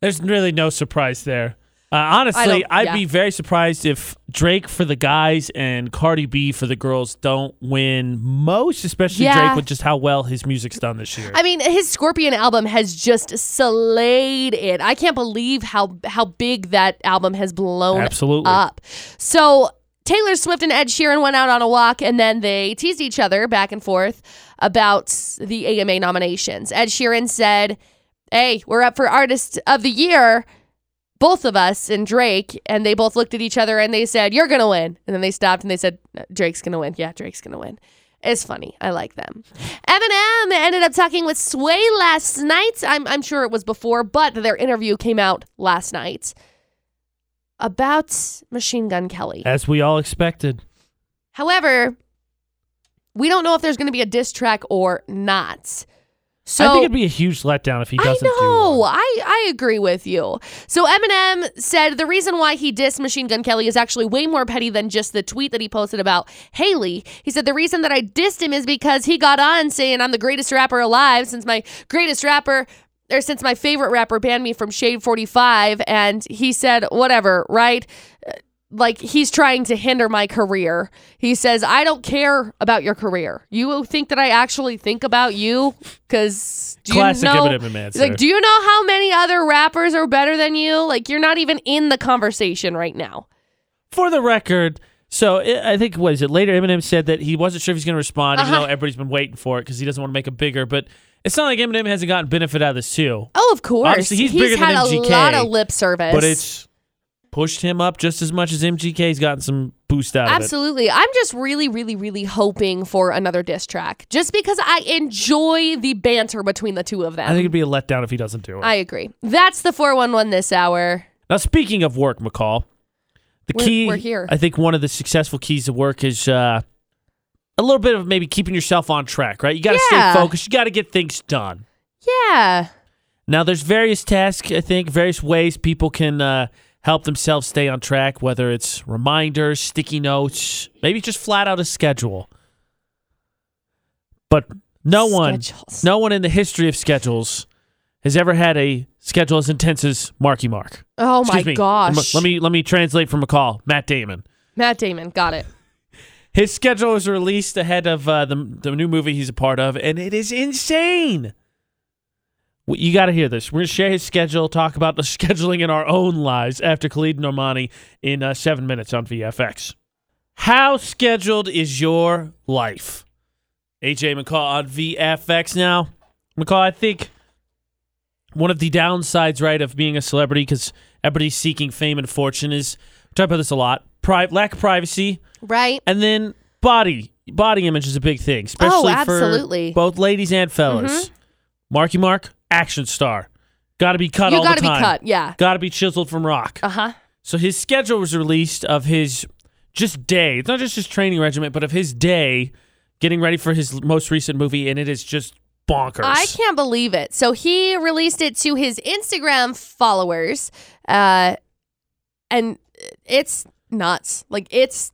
There's really no surprise there. Uh, honestly,
don't-
I'd
yeah.
be very surprised if Drake for the guys and Cardi B for the girls don't win most, especially
Yeah.
Drake with just how well his music's done this year.
I mean, his Scorpion album has just slayed it. I can't believe how how big that album has blown
Absolutely.
up. So Taylor Swift and Ed Sheeran went out on a walk, and then they teased each other back and forth about the AMA nominations. Ed Sheeran said, "Hey, we're up for Artist of the Year." Both of us and Drake, and they both looked at each other and they said, You're gonna win. And then they stopped and they said, Drake's gonna win. Yeah, Drake's gonna win. It's funny. I like them. Eminem ended up talking with Sway last night. I'm, I'm sure it was before, but their interview came out last night about Machine Gun Kelly.
As we all expected.
However, we don't know if there's going to be a diss track or not. So
I think it'd be a huge letdown if he doesn't
I know.
do one.
I, I agree with you. So Eminem said the reason why he dissed Machine Gun Kelly is actually way more petty than just the tweet that he posted about Haley. He said the reason that I dissed him is because he got on saying I'm the greatest rapper alive since my greatest rapper or since my favorite rapper banned me from Shade 45 and he said whatever, right? like he's trying to hinder my career. He says, "I don't care about your career. You think that I actually think about you? Because do
Classic
you know?
Eminem man,
He's like,
sir.
do you know how many other rappers are better than you? Like, you're not even in the conversation right now.
For the record, so i I think what is it later? Eminem said that he wasn't sure if he's going to respond, even
Uh-huh.
though everybody's been waiting for it because he doesn't want to make it bigger. But it's not like Eminem hasn't gotten benefit out of this too.
Oh, of course.
Obviously, he's bigger than
had
MGK,
a lot of lip service,
But it's pushed him up just as much as MGK's gotten some boost out of it.
Absolutely. I'm just really, really, really hoping for another diss track just because I enjoy the banter between the two of them.
I think it'd be a letdown if he doesn't do it.
I agree. That's the 411 this hour.
Now, speaking of work, McCall, the
We're-
key
we're here.
I think one of the successful keys to work is uh, a little bit of maybe keeping yourself on track, right? You got to
Yeah.
stay focused. You got to get things done.
Yeah.
Now, there's various tasks. I think various ways people can uh, help themselves stay on track, whether it's reminders, sticky notes, maybe just flat out a schedule. But no one,
Schedules.
no one in the history of schedules has ever had a schedule as intense as Marky Mark.
Oh my
Excuse me.
gosh.
Let me let me translate from a call. Matt Damon.
Matt Damon, got it.
His schedule was released ahead of uh, the the new movie he's a part of, and it is insane. W- You got to hear this. We're gonna share his schedule, talk about the *laughs* scheduling in our own lives after Khalid Normani in uh, seven minutes on VFX. How scheduled is your life? AJ McCall on VFX now. McCall, I think one of the downsides, right, of being a celebrity because everybody's seeking fame and fortune is we talk about this a lot. Pri- lack of privacy.
Right?
And then body body image is a big thing, especially
absolutely. Mm-hmm.
for both ladies and fellas. Marky Mark, action star, got to be cut
you
all the
gotta be
time.
cut. Yeah.
Got to be chiseled from rock.
Uh huh.
So his schedule was released of his just day. It's not just his training regiment, but of his day getting ready for his most recent movie, and it is just bonkers.
I can't believe it. So he released it to his Instagram followers, uh, and it's nuts. Like it's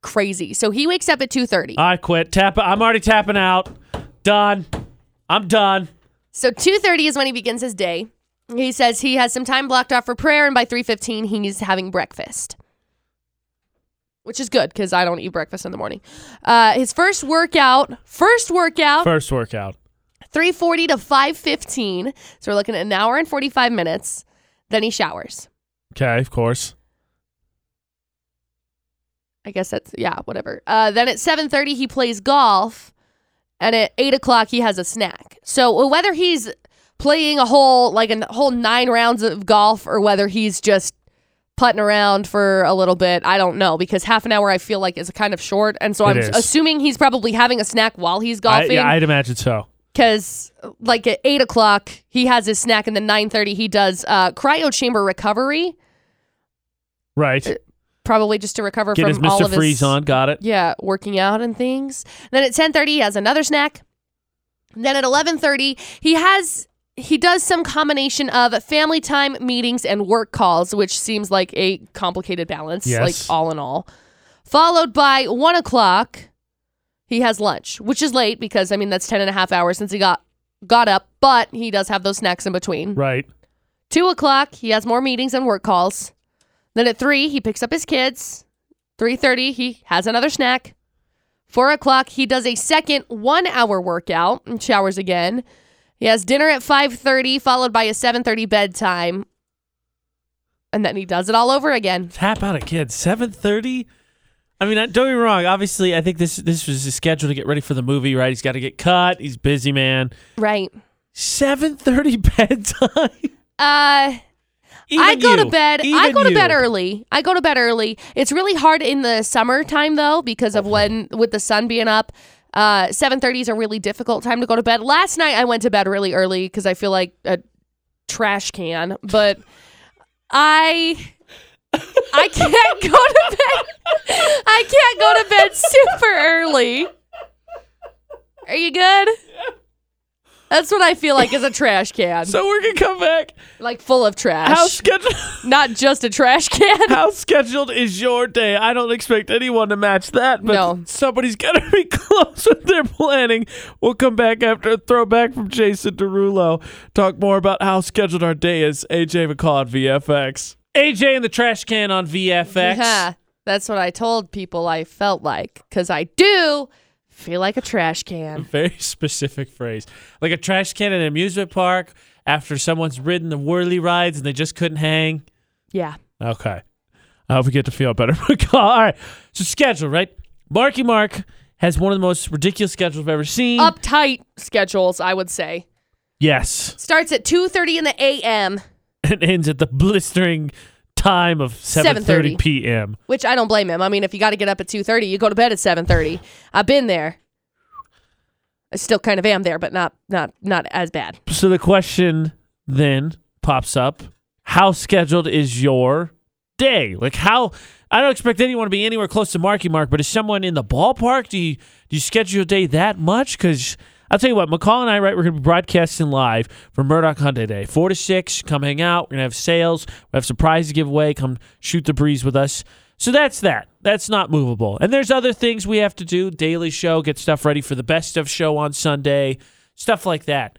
crazy. So he wakes up at two thirty.
I quit. Tap. I'm already tapping out. Done. I'm done.
So 2:30 is when he begins his day. He says he has some time blocked off for prayer and by 3:15 he needs having breakfast. Which is good cuz I don't eat breakfast in the morning. Uh, his first workout, first workout,
First workout.
3:40 to 5:15. So we're looking at an hour and 45 minutes. Then he showers.
Okay, of course.
I guess that's yeah, whatever. Uh, then at 7:30 he plays golf, and at eight o'clock he has a snack. So whether he's playing a whole like a whole nine rounds of golf or whether he's just putting around for a little bit, I don't know because half an hour I feel like is kind of short, and so
It
I'm
is.
assuming he's probably having a snack while he's
I,
golfing.
yeah, I'd imagine so.
Because like at eight o'clock he has his snack, and then nine thirty he does uh, cryo chamber recovery,
Right.
Uh, probably just to recover
Get
from
his
all
Mr.
of his
Freeze on. Got it.
yeah working out and things then at 10.30 he has another snack then at 11.30 he has he does some combination of family time meetings and work calls which seems like a complicated balance
Yes.
like all in all followed by 1 o'clock he has lunch which is late because i mean that's 10 and a half hours since he got got up but he does have those snacks in between
Right.
Two o'clock, he has more meetings and work calls. Then at three, he picks up his kids. Three thirty, he has another snack. Four o'clock, he does a second one-hour workout and showers again. He has dinner at five thirty, followed by a seven thirty bedtime, and then he does it all over again.
Tap out a kid. Seven thirty. I mean, I- don't get me wrong. Obviously, I think this this was his schedule to get ready for the movie. Right. He's got to get cut. He's busy, man.
Right?
Seven thirty *laughs* bedtime.
Uh,
Even
I go to
you.
bed. I
Even
go to
you.
bed early. I go to bed early. It's really hard in the summertime though because of when with the sun being up. Uh, seven thirty is a really difficult time to go to bed. Last night I went to bed really early because I feel like a trash can, but I I can't go to bed. I can't go to bed super early. Are you good? That's what I feel like is a trash can,
So we're gonna come back.
like full of trash
How scheduled?
not just a trash can.
How scheduled is your day? I don't expect anyone to match that, but
No.
somebody's got to be *laughs* close with their planning. We'll come back after a throwback from Jason Derulo. Talk more about how scheduled our day is. AJ McCall on VFX. AJ in the trash can on VFX.
Yeah, that's what I told people I felt like because I do feel like a trash can.
Very *laughs* specific phrase. Like a trash can in an amusement park after someone's ridden the whirly rides and they just couldn't hang.
Yeah.
Okay. I hope we get to feel better. *laughs* All right. So schedule, right? Marky Mark has one of the most ridiculous schedules I've ever seen.
Uptight schedules, I would say.
Yes. *laughs*
Starts at 2.30 in the a.m.,
And ends at the blistering time of 7.30
7:30.
p.m.
which I don't blame him. I mean, if you got to get up at 2.30, you go to bed at 7.30. I've been there. I still kind of am there, but not not not as bad.
So the question then pops up, how scheduled is your day? Like how I don't expect anyone to be anywhere close to Marky Mark, but is someone in the ballpark? Do you do you schedule your day that much? Because I'll tell you what, McCall and I, right, we're gonna be broadcasting live from Murdoch Hyundai Day, four to six. Come hang out. We're gonna have sales. We have surprise to give away. Come shoot the breeze with us. So that's that. That's not movable. And there's other things we have to do. Daily show, get stuff ready for the best of show on Sunday, stuff like that.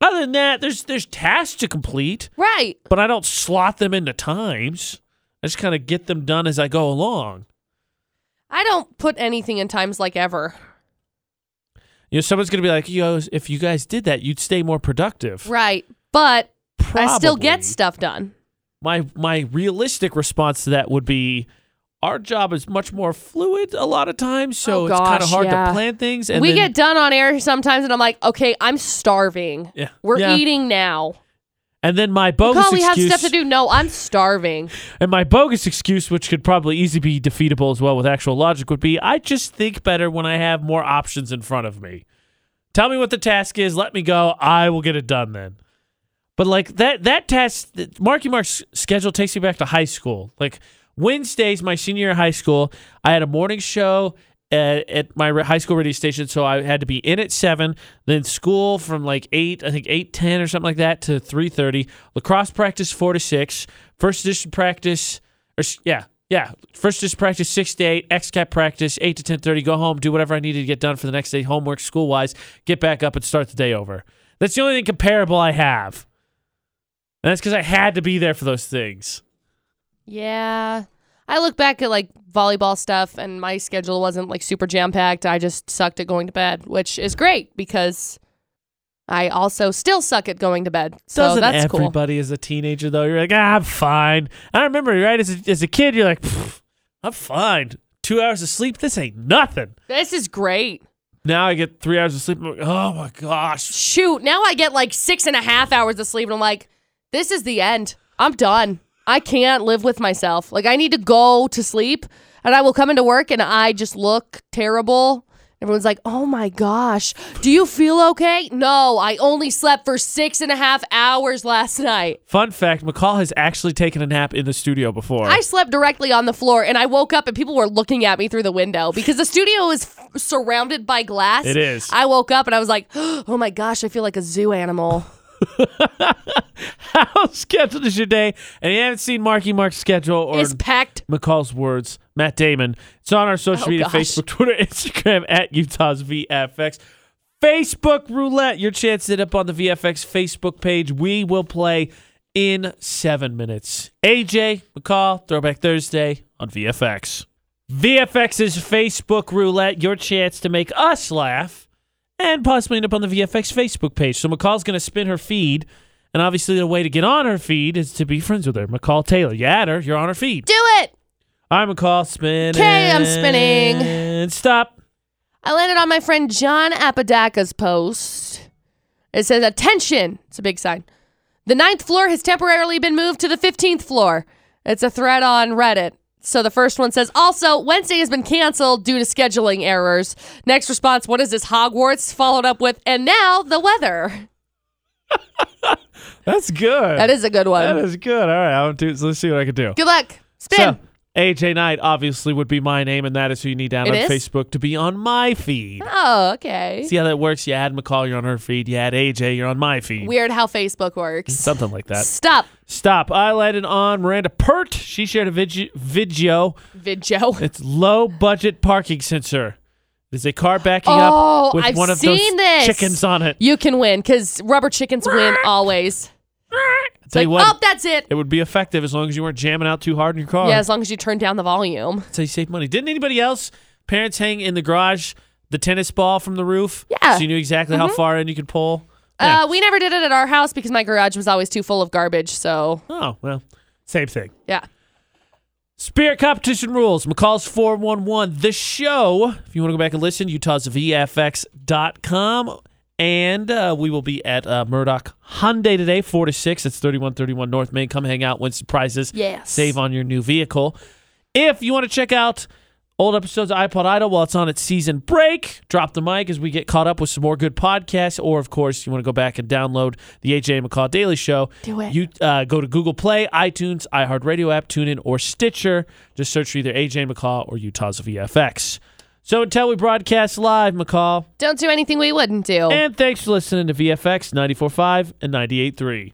Other than that, there's there's tasks to complete
Right.
but I don't slot them into times. I just kind of get them done as I go along.
I don't put anything in times like ever.
You know, someone's gonna be like, "Yo, if you guys did that, you'd stay more productive."
Right. But I still get
Probably.
stuff done.
My my realistic response to that would be, our job is much more fluid a lot of times, so
Oh,
it's kind
gosh,
of hard
yeah.
to plan things. And
we
then-
get done on air sometimes, and I'm like, okay, I'm starving.
Yeah.
We're
Yeah.
eating now.
and then my bogus
Macaulay has
excuse,
stuff to do. No, I'm starving.
and my bogus excuse, which could probably easily be defeatable as well with actual logic, would be, I just think better when I have more options in front of me. Tell me what the task is. Let me go. I will get it done then. But like that that test, that- Marky Mark's schedule takes me back to high school. Like Wednesdays, my senior year of high school, I had a morning show at, at my re- high school radio station, so I had to be in at seven. Then school from like eight, I think eight ten or something like that to three thirty. Lacrosse practice four to six. First edition practice, or s- yeah. Yeah, first just practice six to eight, XCAT practice eight to ten thirty. Go home, do whatever I needed to get done for the next day, homework, school wise. Get back up and start the day over. That's the only thing comparable I have. And that's because I had to be there for those things.
Yeah. I look back at like volleyball stuff and my schedule wasn't like super jam packed. I just sucked at going to bed, which is great because I also still suck at going to bed. So
Doesn't
that's cool.
everybody as a teenager though? You're like, ah, I'm fine. I remember, right? As a, as a kid, you're like, "Pfft, I'm fine. Two hours of sleep, this ain't nothing.
This is great.
Now I get three hours of sleep. I'm like, oh my gosh,
Shoot. Now I get like six and a half hours of sleep and I'm like, this is the end. I'm done. I can't live with myself. Like I need to go to sleep and I will come into work and I just look terrible. Everyone's like, oh my gosh, do you feel okay? No, I only slept for six and a half hours last night.
Fun fact: McCall has actually taken a nap in the studio before. *laughs*
I slept directly on the floor and I woke up and people were looking at me through the window because the studio is f- surrounded by glass.
It is.
I woke up and I was like, *gasps* oh my gosh, I feel like a zoo animal.
How scheduled is your day? And you haven't seen Marky Mark's schedule or
It's packed.
McCall's words, Matt Damon. It's on our social
Oh,
media
gosh.
Facebook, Twitter, *laughs* Instagram at Utah's VFX. Facebook roulette, your chance to hit up on the VFX Facebook page. We will play in seven minutes. AJ, McCall, Throwback Thursday on VFX. VFX's Facebook roulette, your chance to make us laugh and possibly end up on the VFX Facebook page. So McCall's going to spin her feed. And obviously, the way to get on her feed is to be friends with her. McCall Taylor. You add her, you're on her feed.
Do it.
I'm a call spinning.
Okay, I'm spinning.
And stop.
I landed on my friend John Apodaca's post. It says, Attention! It's a big sign. The ninth floor has temporarily been moved to the 15th floor. It's a thread on Reddit. So the first one says, Also, Wednesday has been canceled due to scheduling errors. Next response, What is this, Hogwarts? Followed up with, And now the weather.
That's good.
That is a good
That
one.
is good. All right, I'm do, so let's see what I can do.
Good luck. Spin.
So, AJ Knight obviously would be my name, and that is who you need down
It
on
is?
Facebook to be on my feed.
oh, okay.
See how that works? You add McCall, you're on her feed. You add AJ, you're on my feed.
Weird how Facebook works.
Something like that.
Stop,
Stop. I landed on Miranda Pert. She shared a vid- video. *laughs*
Vidjo.
It's low budget parking sensor. There's a car backing
Oh,
up with
I've
one of
seen
those
this.
chickens on it.
You can win because rubber chickens win always.
Tell you
Like,
what,
oh, that's it.
it would be effective as long as you weren't jamming out too hard in your car.
Yeah, as long as you turn down the volume.
That's how you save money. Didn't anybody else parents hang in the garage the tennis ball from the roof?
Yeah. Mm-hmm.
So you knew exactly how far in you could pull. Yeah.
Uh, we never did it at our house because my garage was always too full of garbage. So
oh well, same thing.
yeah,
Spirit competition rules. McCall's 411. The show, if you want to go back and listen, Utah's VFX.com. And uh, we will be at uh, Murdoch Hyundai today, 4 to 6. It's 3131 North Main. Come hang out, win some prizes,
Yes.
save on your new vehicle. If you want to check out old episodes of iPod Idol while it's on its season break, drop the mic as we get caught up with some more good podcasts. Or, of course, you want to go back and download the AJ McCall Daily Show.
Do it.
You uh, go to Google Play, iTunes, iHeartRadio app, TuneIn, or Stitcher. Just search for either AJ McCall or Utah's VFX. So until we broadcast live, McCall,
Oh. don't do anything we wouldn't do.
and thanks for listening to VFX 94.5 and 98.3.